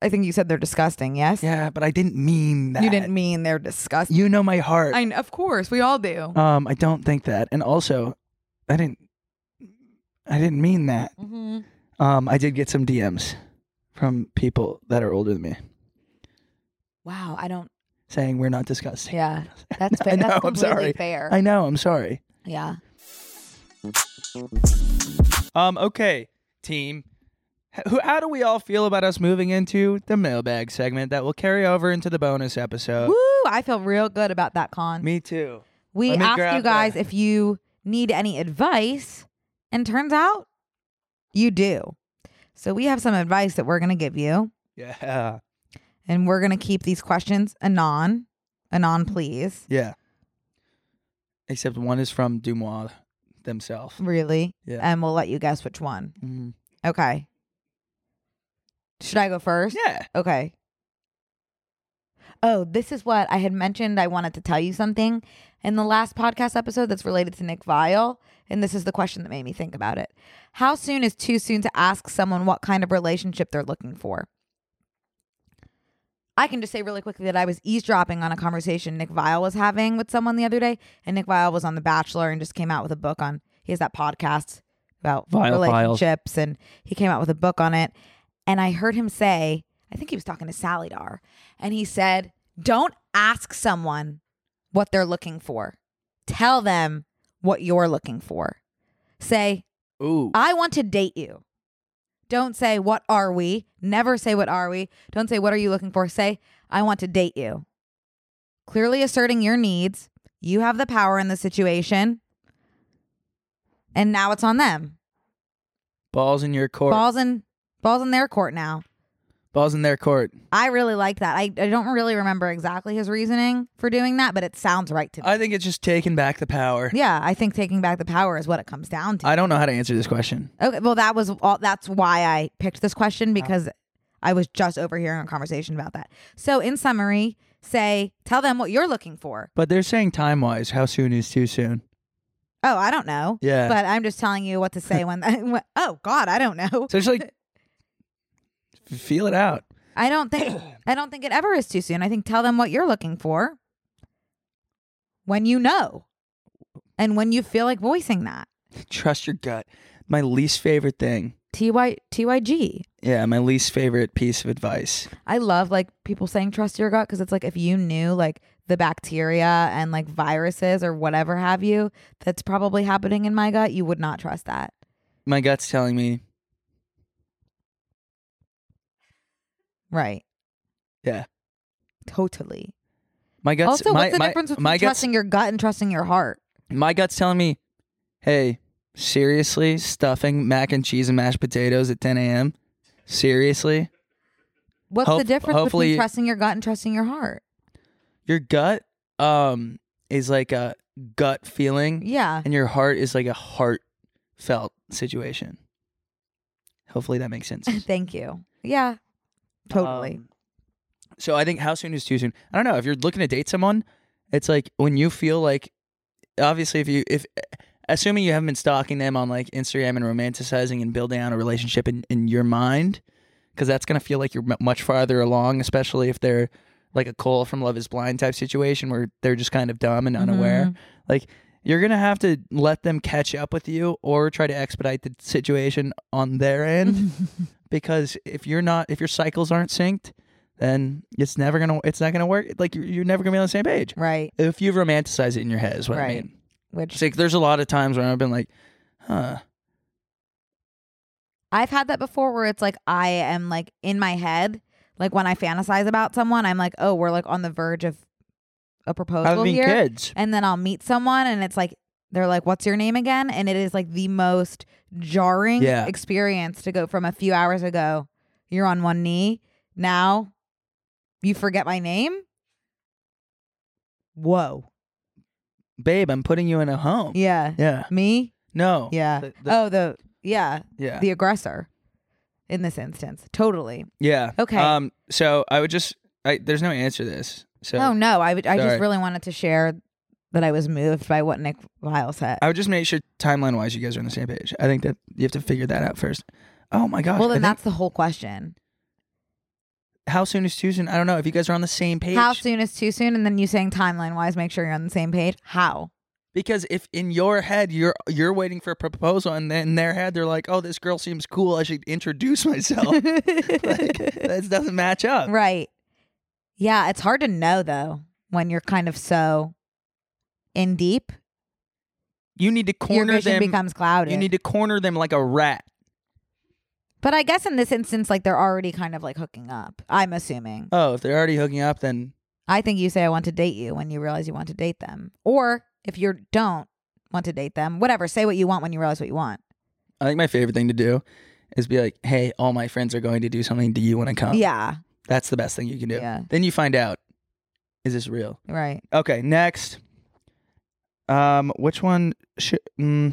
[SPEAKER 2] I think you said they're disgusting, yes?
[SPEAKER 1] yeah, but I didn't mean that.
[SPEAKER 2] You didn't mean they're disgusting.
[SPEAKER 1] You know my heart.
[SPEAKER 2] I, of course, we all do.
[SPEAKER 1] um, I don't think that. And also, I didn't, I didn't mean that.
[SPEAKER 2] hmm
[SPEAKER 1] Um, I did get some DMs from people that are older than me
[SPEAKER 2] Wow, I don't.
[SPEAKER 1] saying we're not disgusting.
[SPEAKER 2] Yeah, that's
[SPEAKER 1] I
[SPEAKER 2] fair.
[SPEAKER 1] know,
[SPEAKER 2] that's
[SPEAKER 1] I'm
[SPEAKER 2] completely
[SPEAKER 1] sorry.
[SPEAKER 2] fair.
[SPEAKER 1] I know. I'm sorry.
[SPEAKER 2] yeah.
[SPEAKER 1] Um, okay, team. H- Who, how do we all feel about us moving into the mailbag segment that will carry over into the bonus episode?
[SPEAKER 2] Woo! I feel real good about that con.
[SPEAKER 1] Uh, Me too.
[SPEAKER 2] we
[SPEAKER 1] let me
[SPEAKER 2] asked
[SPEAKER 1] grab
[SPEAKER 2] you guys
[SPEAKER 1] that.
[SPEAKER 2] if you need any advice, and turns out you do. So we have some advice that we're going to give you.
[SPEAKER 1] Yeah.
[SPEAKER 2] and we're gonna keep these questions anon, anon,
[SPEAKER 1] Mm-hmm.
[SPEAKER 2] please.
[SPEAKER 1] Yeah. Except one is from Dumois themselves.
[SPEAKER 2] Really,
[SPEAKER 1] Yeah.
[SPEAKER 2] and we'll let you guess which one.
[SPEAKER 1] Mhm.
[SPEAKER 2] Okay. Should I go first?
[SPEAKER 1] Yeah.
[SPEAKER 2] Okay. Oh, this is what I had mentioned. I wanted to tell you something in the last podcast episode that's related to Nick Vile. And this is the question that made me think about it. How soon is too soon to ask someone what kind of relationship they're looking for? I can just say really quickly that I was eavesdropping on a conversation Nick Vile was having with someone the other day. And Nick Vile was on The Bachelor and just came out with a book on, he has that podcast about
[SPEAKER 1] Vile Files.
[SPEAKER 2] relationships. And he came out with a book on it. And I heard him say, I think he was talking to Sally Dar, and he said, Don't ask someone what they're looking for. Tell them what you're looking for. Say,
[SPEAKER 1] Mm. Ooh.
[SPEAKER 2] I want to date you. Don't say, What are we? Never say, What are we? Don't say, What are you looking for? Say, I want to date you. Clearly asserting your needs. You have the power in the situation. And now it's on them.
[SPEAKER 1] balls in your court.
[SPEAKER 2] Balls in balls in their court now.
[SPEAKER 1] balls in their court.
[SPEAKER 2] I really like that. I, I don't really remember exactly his reasoning for doing that, but it sounds right to me.
[SPEAKER 1] I think it's just taking back the power.
[SPEAKER 2] yeah, I think taking back the power is what it comes down to.
[SPEAKER 1] I don't know how to answer this question.
[SPEAKER 2] okay, well that was all that's why I picked this question because I was just overhearing a conversation about that. So in summary, say, tell them what you're looking for.
[SPEAKER 1] But they're saying time wise, how soon is too soon?
[SPEAKER 2] Oh, I don't know.
[SPEAKER 1] Yeah.
[SPEAKER 2] But I'm just telling you what to say when. when- oh God, I don't know.
[SPEAKER 1] So it's like, feel it out.
[SPEAKER 2] I don't think I don't think it ever is too soon. I think tell them what you're looking for when you know and when you feel like voicing that.
[SPEAKER 1] Trust your gut. My least favorite thing.
[SPEAKER 2] TY TYG.
[SPEAKER 1] Yeah, my least favorite piece of advice.
[SPEAKER 2] I love like people saying trust your gut because it's like if you knew like the bacteria and like viruses or whatever have you that's probably happening in my gut, you would not trust that.
[SPEAKER 1] My gut's telling me,
[SPEAKER 2] Right.
[SPEAKER 1] yeah.
[SPEAKER 2] Totally.
[SPEAKER 1] My gut's
[SPEAKER 2] also,
[SPEAKER 1] my,
[SPEAKER 2] what's the
[SPEAKER 1] my-
[SPEAKER 2] difference between
[SPEAKER 1] my gut's-
[SPEAKER 2] trusting your gut and trusting your heart?
[SPEAKER 1] my gut's telling me, hey, seriously, stuffing mac and cheese and mashed potatoes at 10 a.m. Seriously,
[SPEAKER 2] What's
[SPEAKER 1] Hope-
[SPEAKER 2] the difference
[SPEAKER 1] hopefully-
[SPEAKER 2] between trusting your gut and trusting your heart?
[SPEAKER 1] your gut um is like a gut feeling,
[SPEAKER 2] Yeah.
[SPEAKER 1] and your heart is like a heartfelt situation. Hopefully that makes sense.
[SPEAKER 2] Thank you. Yeah. Totally.
[SPEAKER 1] Um, so I think how soon is too soon? I don't know. If you're looking to date someone, it's like when you feel like obviously if you if assuming you haven't been stalking them on like Instagram and romanticizing and building out a relationship in, in your mind because that's going to feel like you're m- much farther along especially if they're like a Cole from Love is Blind type situation where they're just kind of dumb and unaware. Like you're going to have to let them catch up with you or try to expedite the situation on their end because if you're not if your cycles aren't synced then it's never gonna it's not gonna work like you're, you're never gonna be on the same page
[SPEAKER 2] right.
[SPEAKER 1] if you romanticize it in your head is what i
[SPEAKER 2] Right.
[SPEAKER 1] mean
[SPEAKER 2] Which
[SPEAKER 1] it's like there's a lot of times where i've been like huh
[SPEAKER 2] I've had that before where it's like I am like in my head, like when I fantasize about someone, I'm like, oh, we're like on the verge of a proposal
[SPEAKER 1] having
[SPEAKER 2] here.
[SPEAKER 1] kids
[SPEAKER 2] And then I'll meet someone and it's like they're like, What's your name again? And it is like the most jarring
[SPEAKER 1] Yeah.
[SPEAKER 2] experience to go from a few hours ago, you're on one knee. Now you forget my name. Whoa.
[SPEAKER 1] babe i'm putting you in a home
[SPEAKER 2] Yeah.
[SPEAKER 1] Oh, yeah
[SPEAKER 2] Me?
[SPEAKER 1] no
[SPEAKER 2] Yeah.
[SPEAKER 1] The- the-
[SPEAKER 2] oh, the yeah,
[SPEAKER 1] yeah
[SPEAKER 2] the aggressor in this instance. Totally.
[SPEAKER 1] yeah
[SPEAKER 2] Okay.
[SPEAKER 1] um so i would just i there's no answer to this so
[SPEAKER 2] oh no, I would, I
[SPEAKER 1] Sorry.
[SPEAKER 2] just really wanted to share that I was moved by what Nick Vile said.
[SPEAKER 1] i would just make sure timeline wise you guys are on the same page i think that you have to figure that out first oh my gosh
[SPEAKER 2] well,
[SPEAKER 1] I
[SPEAKER 2] then
[SPEAKER 1] think-
[SPEAKER 2] that's the whole question.
[SPEAKER 1] how soon is too soon i don't know if you guys are on the same page
[SPEAKER 2] How soon is too soon? And then you saying timeline wise, make sure you're on the same page. How?
[SPEAKER 1] Because if in your head you're you're waiting for a proposal, and then in their head they're like, "Oh, this girl seems cool. I should introduce myself." Oh, like, uh, that doesn't match up.
[SPEAKER 2] Right. Yeah, it's hard to know though when you're kind of so in deep.
[SPEAKER 1] You need to
[SPEAKER 2] Your
[SPEAKER 1] corner
[SPEAKER 2] vision
[SPEAKER 1] them.
[SPEAKER 2] becomes clouded.
[SPEAKER 1] you need to corner them like a rat.
[SPEAKER 2] but I guess in this instance, like they're already kind of like hooking up. I'm assuming.
[SPEAKER 1] Oh, if they're already hooking up, then
[SPEAKER 2] I think you say I want to date you when you realize you want to date them. Or if you don't want to date them, whatever, say what you want when you realize what you want.
[SPEAKER 1] I think my favorite thing to do is be like, "Hey, all my friends are going to do something. Do you want to come?"
[SPEAKER 2] yeah.
[SPEAKER 1] that's the best thing you can do.
[SPEAKER 2] Yeah.
[SPEAKER 1] Then you find out, is this real?
[SPEAKER 2] Right.
[SPEAKER 1] Okay, next. Um, which one should? Mm,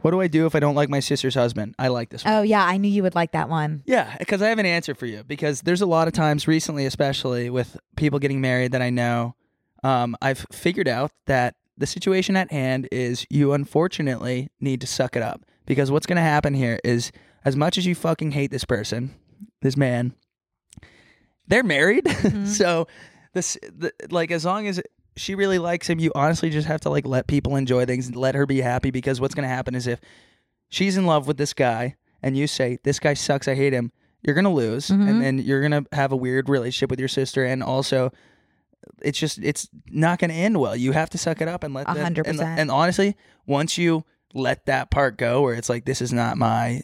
[SPEAKER 1] what do I do if I don't like my sister's husband? I like this one.
[SPEAKER 2] Oh yeah, I knew you would like that one.
[SPEAKER 1] Yeah, because I have an answer for you. Because there's a lot of times recently, especially with people getting married that I know, um, I've figured out that the situation at hand is you unfortunately need to suck it up. Because what's going to happen here is, as much as you fucking hate this person, this man, they're married. so this, the, like, as long as she really likes him, you honestly just have to like let people enjoy things and let her be happy. Because what's going to happen is if she's in love with this guy and you say this guy sucks i hate him you're gonna lose and then you're gonna have a weird relationship with your sister and also it's just it's not gonna end well you have to suck it up and let
[SPEAKER 2] A
[SPEAKER 1] them-
[SPEAKER 2] hundred
[SPEAKER 1] and-
[SPEAKER 2] percent.
[SPEAKER 1] and honestly once you let that part go where it's like this is not my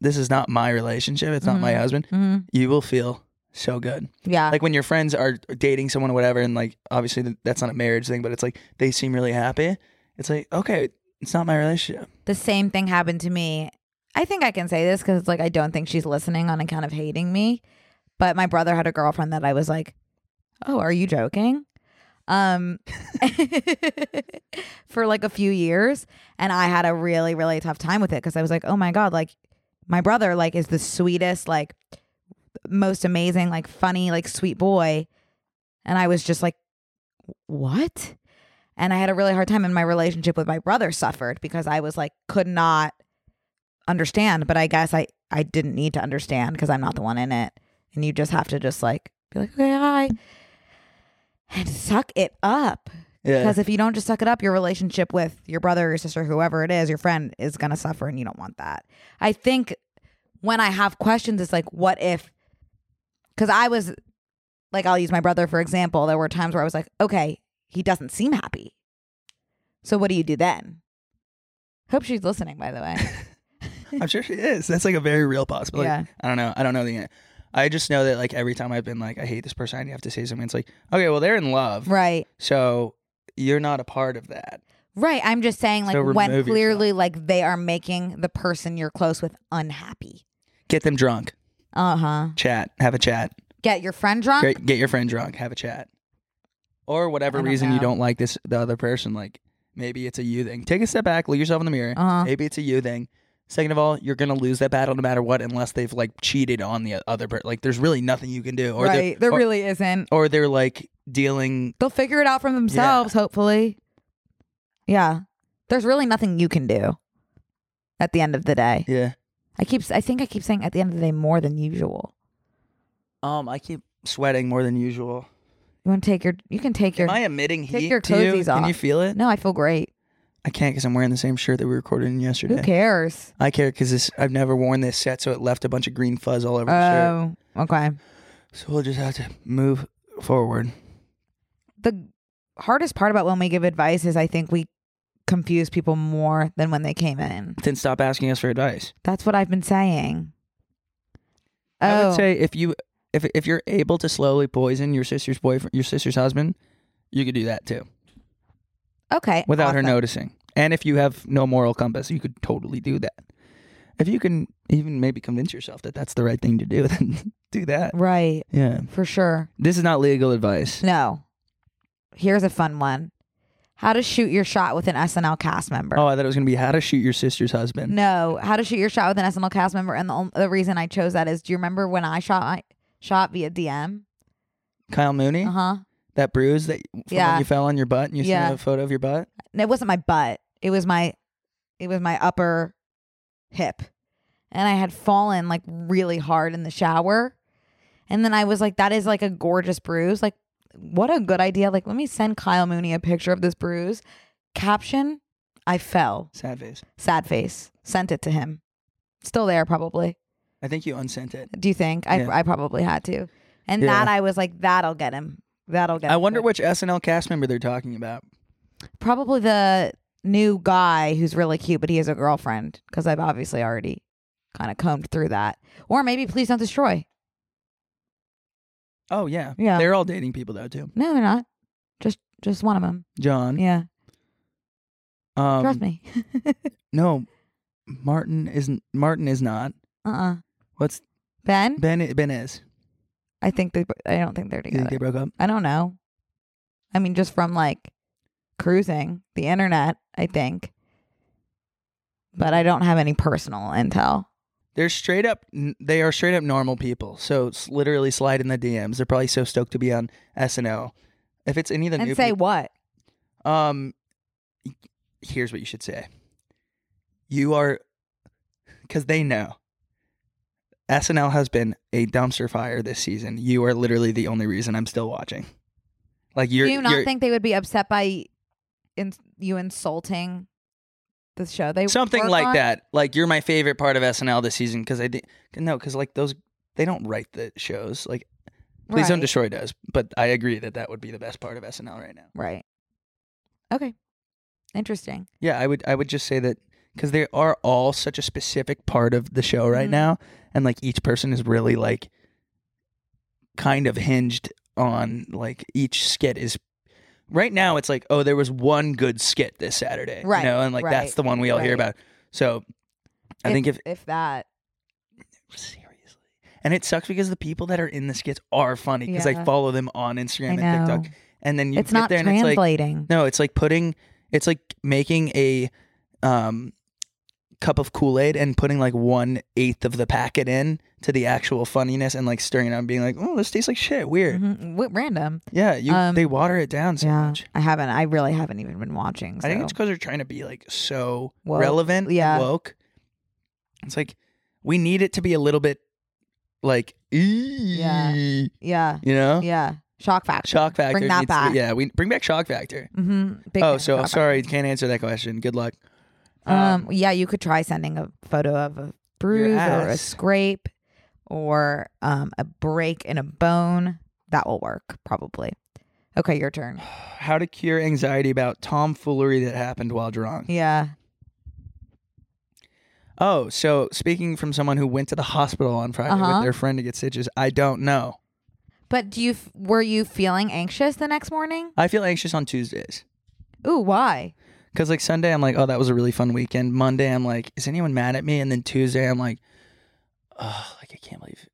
[SPEAKER 1] this is not my relationship it's not my husband
[SPEAKER 2] hmm
[SPEAKER 1] you will feel so good
[SPEAKER 2] Yeah.
[SPEAKER 1] like when your friends are dating someone or whatever and like obviously th- that's not a marriage thing but it's like they seem really happy it's like okay it's not my relationship
[SPEAKER 2] the same thing happened to me. I think I can say this because it's like I don't think she's listening on account of hating me. But my brother had a girlfriend that I was like, "Oh, are you joking?" Um, for like a few years, and I had a really really tough time with it because I was like, "Oh my god!" Like my brother like is the sweetest like most amazing, like funny, like sweet boy. And I was just like, what? And I had a really hard time, and my relationship with my brother suffered because I was like, could not understand. But I guess I I didn't need to understand because I'm not the one in it, and you just have to just like be like, okay, hi, and suck it up.
[SPEAKER 1] Yeah.
[SPEAKER 2] Because if you don't just suck it up, your relationship with your brother, your sister, whoever it is, your friend is going to suffer and you don't want that. I think when I have questions, it's like, what if? Because I was like, I'll use my brother for example. There were times where I was like, okay, he doesn't seem happy. So what do you do then? Hope she's listening, by the way.
[SPEAKER 1] I'm sure she is. That's like a very real possibility.
[SPEAKER 2] Yeah.
[SPEAKER 1] I don't know. I don't know the an- I just know that like every time I've been like, I hate this person, I have to say something. It's like, okay, well they're in love,
[SPEAKER 2] right.
[SPEAKER 1] so you're not a part of that.
[SPEAKER 2] Right. I'm just saying, like,
[SPEAKER 1] So
[SPEAKER 2] when
[SPEAKER 1] remove
[SPEAKER 2] clearly, like, they are making the person you're close with unhappy.
[SPEAKER 1] Get them drunk,
[SPEAKER 2] Uh huh.
[SPEAKER 1] chat, have a chat.
[SPEAKER 2] Get your friend drunk.
[SPEAKER 1] Great, get your friend drunk, have a chat, or whatever
[SPEAKER 2] Uh-huh. I don't
[SPEAKER 1] reason you
[SPEAKER 2] know.
[SPEAKER 1] don't like this the other person. Like maybe it's a you thing. Take a step back, look yourself in the mirror.
[SPEAKER 2] Uh-huh.
[SPEAKER 1] Maybe it's a you thing. Second of all, you're gonna lose that battle no matter what, unless they've like cheated on the other person. Like there's really nothing you can do, or they're-
[SPEAKER 2] right. There
[SPEAKER 1] or-
[SPEAKER 2] really isn't.
[SPEAKER 1] or they're like dealing
[SPEAKER 2] They'll figure it out for themselves, hopefully. Yeah. There's really nothing you can do at the end of the day.
[SPEAKER 1] Yeah.
[SPEAKER 2] I keep I think I keep saying at the end of the day more than usual.
[SPEAKER 1] Um, I keep sweating more than usual.
[SPEAKER 2] You want to take your you can take your
[SPEAKER 1] Am I emitting
[SPEAKER 2] take
[SPEAKER 1] heat
[SPEAKER 2] your
[SPEAKER 1] to you?
[SPEAKER 2] cozies
[SPEAKER 1] Can you
[SPEAKER 2] off.
[SPEAKER 1] feel it?
[SPEAKER 2] No, I feel great.
[SPEAKER 1] I can't because I'm wearing the same shirt that we recorded in yesterday.
[SPEAKER 2] Who cares?
[SPEAKER 1] I care because this I've never worn this set, so it left a bunch of green fuzz all over
[SPEAKER 2] Oh,
[SPEAKER 1] the shirt.
[SPEAKER 2] okay.
[SPEAKER 1] So we'll just have to move forward.
[SPEAKER 2] The hardest part about when we give advice is I think we confuse people more than when they came in.
[SPEAKER 1] Then stop asking us for advice.
[SPEAKER 2] That's what I've been saying. Oh,
[SPEAKER 1] I would say if you if if you're able to slowly poison your sister's boyfriend, your sister's husband, you could do that too
[SPEAKER 2] okay.
[SPEAKER 1] without her
[SPEAKER 2] awesome.
[SPEAKER 1] noticing. And if you have no moral compass, you could totally do that. If you can even maybe convince yourself that that's the right thing to do, then do that.
[SPEAKER 2] Right.
[SPEAKER 1] Yeah.
[SPEAKER 2] For sure.
[SPEAKER 1] This is not legal advice.
[SPEAKER 2] No. Here's a fun one. How to shoot your shot with an SNL cast member.
[SPEAKER 1] Oh, I thought it was going to be how to shoot your sister's husband.
[SPEAKER 2] No, how to shoot your shot with an SNL cast member. And the, on- the reason I chose that is, do you remember when I shot I shot via DM?
[SPEAKER 1] Kyle Mooney,
[SPEAKER 2] Uh huh.
[SPEAKER 1] that bruise that from
[SPEAKER 2] Yeah.
[SPEAKER 1] when you fell on your butt and you
[SPEAKER 2] Yeah.
[SPEAKER 1] sent a photo of your butt.
[SPEAKER 2] And it wasn't my butt. It was my, it was my upper hip, and I had fallen like really hard in the shower, and then I was like, that is like a gorgeous bruise. Like, what a good idea. Like, let me send Kyle Mooney a picture of this bruise. Caption: I fell.
[SPEAKER 1] Sad face.
[SPEAKER 2] sad face sent it to him still there probably
[SPEAKER 1] I think you unsent it.
[SPEAKER 2] do you think i,
[SPEAKER 1] Yeah.
[SPEAKER 2] I probably had to and
[SPEAKER 1] Yeah.
[SPEAKER 2] that i was like that'll get him that'll get
[SPEAKER 1] I
[SPEAKER 2] him
[SPEAKER 1] wonder
[SPEAKER 2] quick.
[SPEAKER 1] which SNL cast member they're talking about.
[SPEAKER 2] probably the new guy who's really cute but he has a girlfriend because i've obviously already kind of combed through that or maybe please don't destroy
[SPEAKER 1] Oh yeah,
[SPEAKER 2] Yeah.
[SPEAKER 1] They're all dating people though too.
[SPEAKER 2] no they're not just just one of them
[SPEAKER 1] John.
[SPEAKER 2] yeah
[SPEAKER 1] Mm-hmm. Um,
[SPEAKER 2] trust me
[SPEAKER 1] No, Martin isn't. Martin is not.
[SPEAKER 2] uh-uh
[SPEAKER 1] What's
[SPEAKER 2] ben
[SPEAKER 1] Ben? Ben is.
[SPEAKER 2] i think they i don't think they're
[SPEAKER 1] You think
[SPEAKER 2] together
[SPEAKER 1] they broke up?
[SPEAKER 2] I don't know. I mean, just from like cruising the internet, I think. But I don't have any personal intel.
[SPEAKER 1] They're straight up. n- They are straight up normal people. So it's literally slide in the DMs. They're probably so stoked to be on SNL. If it's any of the new
[SPEAKER 2] And say
[SPEAKER 1] peop-
[SPEAKER 2] what?
[SPEAKER 1] Um, y- here's what you should say. You are, because they know. SNL has been a dumpster fire this season. You are literally the only reason I'm still watching. Like you're,
[SPEAKER 2] Do you not
[SPEAKER 1] you're-
[SPEAKER 2] think they would be upset by in- you insulting the show? They
[SPEAKER 1] something
[SPEAKER 2] work
[SPEAKER 1] like
[SPEAKER 2] on?
[SPEAKER 1] that. Like you're my favorite part of SNL this season because I did no because like those they don't write the shows. Like Please
[SPEAKER 2] Right,
[SPEAKER 1] Don't Destroy does, but I agree that that would be the best part of SNL right now.
[SPEAKER 2] Right. Okay. Interesting.
[SPEAKER 1] Yeah, I would I would just say that because they are all such a specific part of the show right
[SPEAKER 2] Mhm.
[SPEAKER 1] now, and like each person is really like kind of hinged on like each skit is. Right now, it's like oh, there was one good skit this Saturday,
[SPEAKER 2] Right,
[SPEAKER 1] You know, and like that's
[SPEAKER 2] right,
[SPEAKER 1] the one we all hear
[SPEAKER 2] right.
[SPEAKER 1] about. So, I think if
[SPEAKER 2] if that
[SPEAKER 1] seriously, and it sucks because the people that are in the skits are funny because
[SPEAKER 2] Yeah.
[SPEAKER 1] I follow them on Instagram
[SPEAKER 2] I
[SPEAKER 1] and
[SPEAKER 2] know
[SPEAKER 1] TikTok, and then you
[SPEAKER 2] it's
[SPEAKER 1] get
[SPEAKER 2] not
[SPEAKER 1] there and it's like
[SPEAKER 2] translating.
[SPEAKER 1] no, it's like putting it's like making a um cup of Kool Aid and putting like one eighth of the packet in to the actual funniness and like stirring it up and being like, oh, this tastes like shit. Weird.
[SPEAKER 2] Mhm. What random?
[SPEAKER 1] Yeah, you
[SPEAKER 2] Um,
[SPEAKER 1] they water it down so
[SPEAKER 2] yeah,
[SPEAKER 1] much.
[SPEAKER 2] I haven't. I really haven't even been watching.
[SPEAKER 1] I think it's
[SPEAKER 2] so.
[SPEAKER 1] because they're trying to be like so
[SPEAKER 2] Woke,
[SPEAKER 1] relevant,
[SPEAKER 2] yeah.
[SPEAKER 1] woke. It's like we need it to be a little bit like, yeah, you
[SPEAKER 2] yeah,
[SPEAKER 1] know,
[SPEAKER 2] yeah. Shock factor.
[SPEAKER 1] shock factor.
[SPEAKER 2] Bring that
[SPEAKER 1] needs to be-
[SPEAKER 2] back.
[SPEAKER 1] yeah, we bring back shock factor.
[SPEAKER 2] hmm
[SPEAKER 1] oh, so I'm sorry, can't answer that question. Good luck. Oh.
[SPEAKER 2] Um, yeah, you could try sending a photo of a bruise or a
[SPEAKER 1] ass.
[SPEAKER 2] scrape or um, a break in a bone. That will work probably. Okay, your turn.
[SPEAKER 1] How to cure anxiety about tomfoolery that happened while drunk?
[SPEAKER 2] Yeah.
[SPEAKER 1] Oh, so speaking from someone who went to the hospital on Friday
[SPEAKER 2] Uh-huh.
[SPEAKER 1] with their friend to get stitches, I don't know.
[SPEAKER 2] But do you f- were you feeling anxious the next morning?
[SPEAKER 1] I feel anxious on Tuesdays.
[SPEAKER 2] Ooh, why?
[SPEAKER 1] Cause like Sunday, I'm like, oh, that was a really fun weekend. Monday, I'm like, is anyone mad at me? And then Tuesday, I'm like, oh, like I can't believe,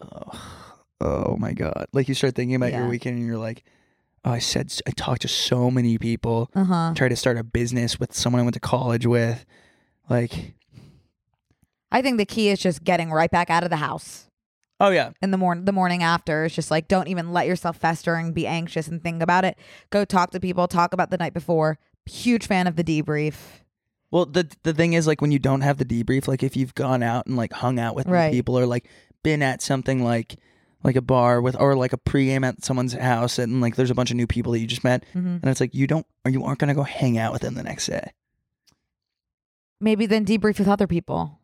[SPEAKER 1] oh, oh my god. Like you start thinking about
[SPEAKER 2] Yeah.
[SPEAKER 1] your weekend, and you're like, oh, I said, s- I talked to so many people.
[SPEAKER 2] Uh huh.
[SPEAKER 1] Tried to start a business with someone I went to college with. Like,
[SPEAKER 2] I think the key is just getting right back out of the house
[SPEAKER 1] oh yeah,
[SPEAKER 2] in the morning. The morning after is just like don't even let yourself fester and be anxious and think about it. Go talk to people. Talk about the night before. Huge fan of the debrief.
[SPEAKER 1] Well, the the thing is, like, when you don't have the debrief, like if you've gone out and like hung out with new
[SPEAKER 2] Right.
[SPEAKER 1] people or like been at something like like a bar with or like a pregame at someone's house and like there's a bunch of new people that you just met and it's like you don't or you aren't gonna go hang out with them the next day.
[SPEAKER 2] Maybe then debrief with other people.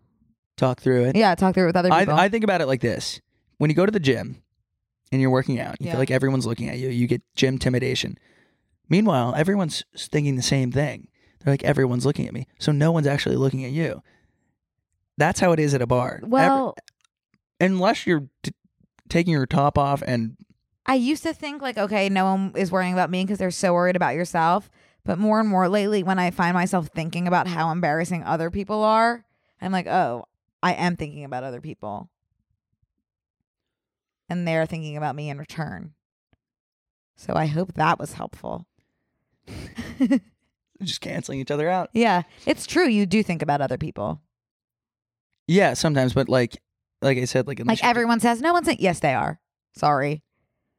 [SPEAKER 1] Talk through it.
[SPEAKER 2] Yeah, talk through it with other
[SPEAKER 1] I
[SPEAKER 2] people.
[SPEAKER 1] I think about it like this: when you go to the gym and you're working out, you
[SPEAKER 2] Yeah.
[SPEAKER 1] feel like everyone's looking at you. You get gym intimidation. Meanwhile, everyone's thinking the same thing. They're like, everyone's looking at me, so no one's actually looking at you. That's how it is at a bar. Ev-
[SPEAKER 2] well,
[SPEAKER 1] unless you're t- taking your top off and
[SPEAKER 2] I used to think like, okay, no one is worrying about me because they're so worried about yourself. But more and more lately, when I find myself thinking about how embarrassing other people are, I'm like, oh, I am thinking about other people, and they're thinking about me in return. So I hope that was helpful.
[SPEAKER 1] just canceling each other out.
[SPEAKER 2] Yeah, it's true. You do think about other people.
[SPEAKER 1] Yeah, sometimes, but like, like I said, like unless
[SPEAKER 2] Like
[SPEAKER 1] you're-
[SPEAKER 2] everyone says, no one's. Yes, they are. Sorry,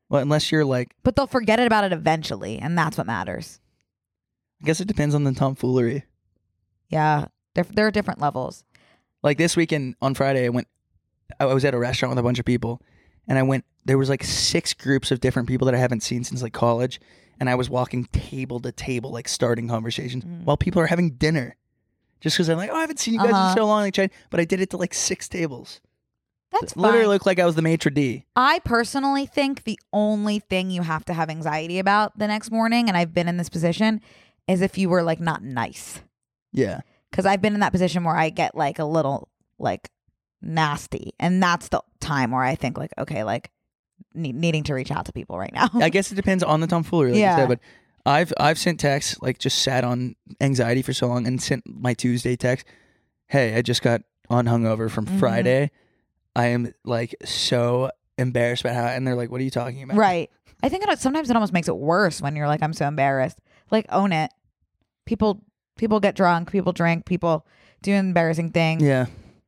[SPEAKER 1] well, unless you're like,
[SPEAKER 2] but they'll forget about it eventually, and that's what matters.
[SPEAKER 1] I guess it depends on the tomfoolery.
[SPEAKER 2] Yeah, diff- there are different levels.
[SPEAKER 1] Like this weekend on Friday, I went, I I was at a restaurant with a bunch of people, and I went. There was like six groups of different people that I haven't seen since like college, and I was walking table to table, like starting conversations
[SPEAKER 2] Mm.
[SPEAKER 1] while people are having dinner. Just because I'm like, oh, I haven't seen you guys
[SPEAKER 2] Uh-huh.
[SPEAKER 1] in so long, like, Chad, but I did it to like six tables.
[SPEAKER 2] That's
[SPEAKER 1] Literally
[SPEAKER 2] fine.
[SPEAKER 1] looked like I was the maitre d.
[SPEAKER 2] I personally think the only thing you have to have anxiety about the next morning, and I've been in this position, is if you were like not nice.
[SPEAKER 1] Yeah.
[SPEAKER 2] Because I've been in that position where I get like a little like nasty, and that's the time where I think like, okay, like need- needing to reach out to people right now.
[SPEAKER 1] I guess it depends on the tomfoolery, like
[SPEAKER 2] Yeah.
[SPEAKER 1] you said, but I've I've sent texts, like just sat on anxiety for so long and sent my Tuesday text, Hey, I just got on hungover from
[SPEAKER 2] Mm-hmm.
[SPEAKER 1] Friday. I am like so embarrassed about how and they're like, What are you talking about?
[SPEAKER 2] right. I think it, sometimes it almost makes it worse when you're like, I'm so embarrassed. Like own it. People people get drunk, people drink, people do embarrassing things.
[SPEAKER 1] Yeah.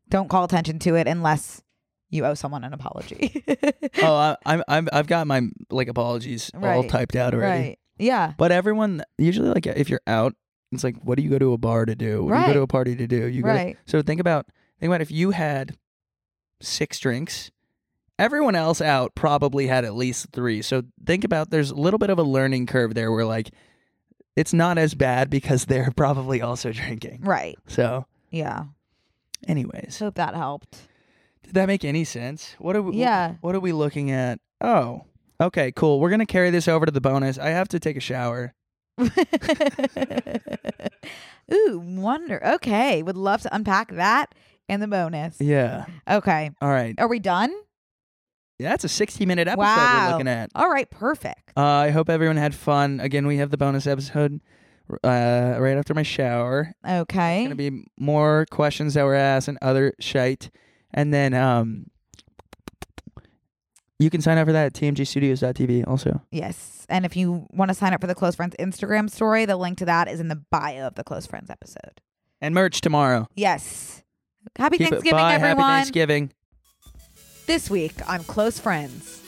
[SPEAKER 2] don't call attention to it unless you owe someone an apology.
[SPEAKER 1] Oh, I, I'm I'm I've got my like apologies all
[SPEAKER 2] Right.
[SPEAKER 1] typed out already.
[SPEAKER 2] right. Yeah.
[SPEAKER 1] But everyone usually like if you're out, it's like, what do you go to a bar to do? What do you
[SPEAKER 2] Right.
[SPEAKER 1] go to a party to do? You go to-
[SPEAKER 2] Right.
[SPEAKER 1] so think about think about if you had six drinks, everyone else out probably had at least three. So think about there's a little bit of a learning curve there where like it's not as bad because they're probably also drinking.
[SPEAKER 2] Right.
[SPEAKER 1] So,
[SPEAKER 2] Yeah.
[SPEAKER 1] anyways,
[SPEAKER 2] Hope that helped.
[SPEAKER 1] did that make any sense? What are we?
[SPEAKER 2] Yeah.
[SPEAKER 1] What are we looking at? Oh, okay, cool. We're gonna carry this over to the bonus. I have to take a shower.
[SPEAKER 2] Ooh, wonder. Okay. Would love to unpack that and the bonus.
[SPEAKER 1] Yeah.
[SPEAKER 2] Okay.
[SPEAKER 1] All right.
[SPEAKER 2] Are we done?
[SPEAKER 1] Yeah, that's a 60 minute episode
[SPEAKER 2] wow.
[SPEAKER 1] we're looking at.
[SPEAKER 2] All right. Perfect.
[SPEAKER 1] Uh, I hope everyone had fun. Again, we have the bonus episode uh, right after my shower.
[SPEAKER 2] Okay.
[SPEAKER 1] Going to be more questions that were asked and other shite. And then um, you can sign up for that at tmgstudios.tv also.
[SPEAKER 2] yes. And if you want to sign up for the Close Friends Instagram story, the link to that is in the bio of the Close Friends episode.
[SPEAKER 1] And merch tomorrow.
[SPEAKER 2] Yes. Happy
[SPEAKER 1] Keep it-
[SPEAKER 2] Thanksgiving,
[SPEAKER 1] bye.
[SPEAKER 2] everyone.
[SPEAKER 1] Happy Thanksgiving.
[SPEAKER 2] This week on Close Friends.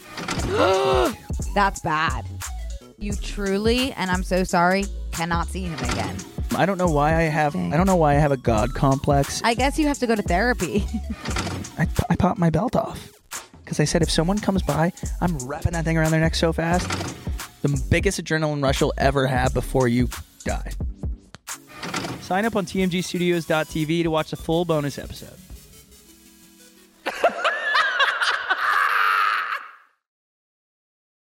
[SPEAKER 2] That's bad. You truly, and I'm so sorry, cannot see him again.
[SPEAKER 1] I don't know why I have. I don't know why I have a god complex.
[SPEAKER 2] I guess you have to go to therapy.
[SPEAKER 1] I, I popped my belt off because I said if someone comes by, I'm wrapping that thing around their neck so fast. The biggest adrenaline rush you'll ever have before you die. Sign up on tmgstudios.tv to watch the full bonus episode.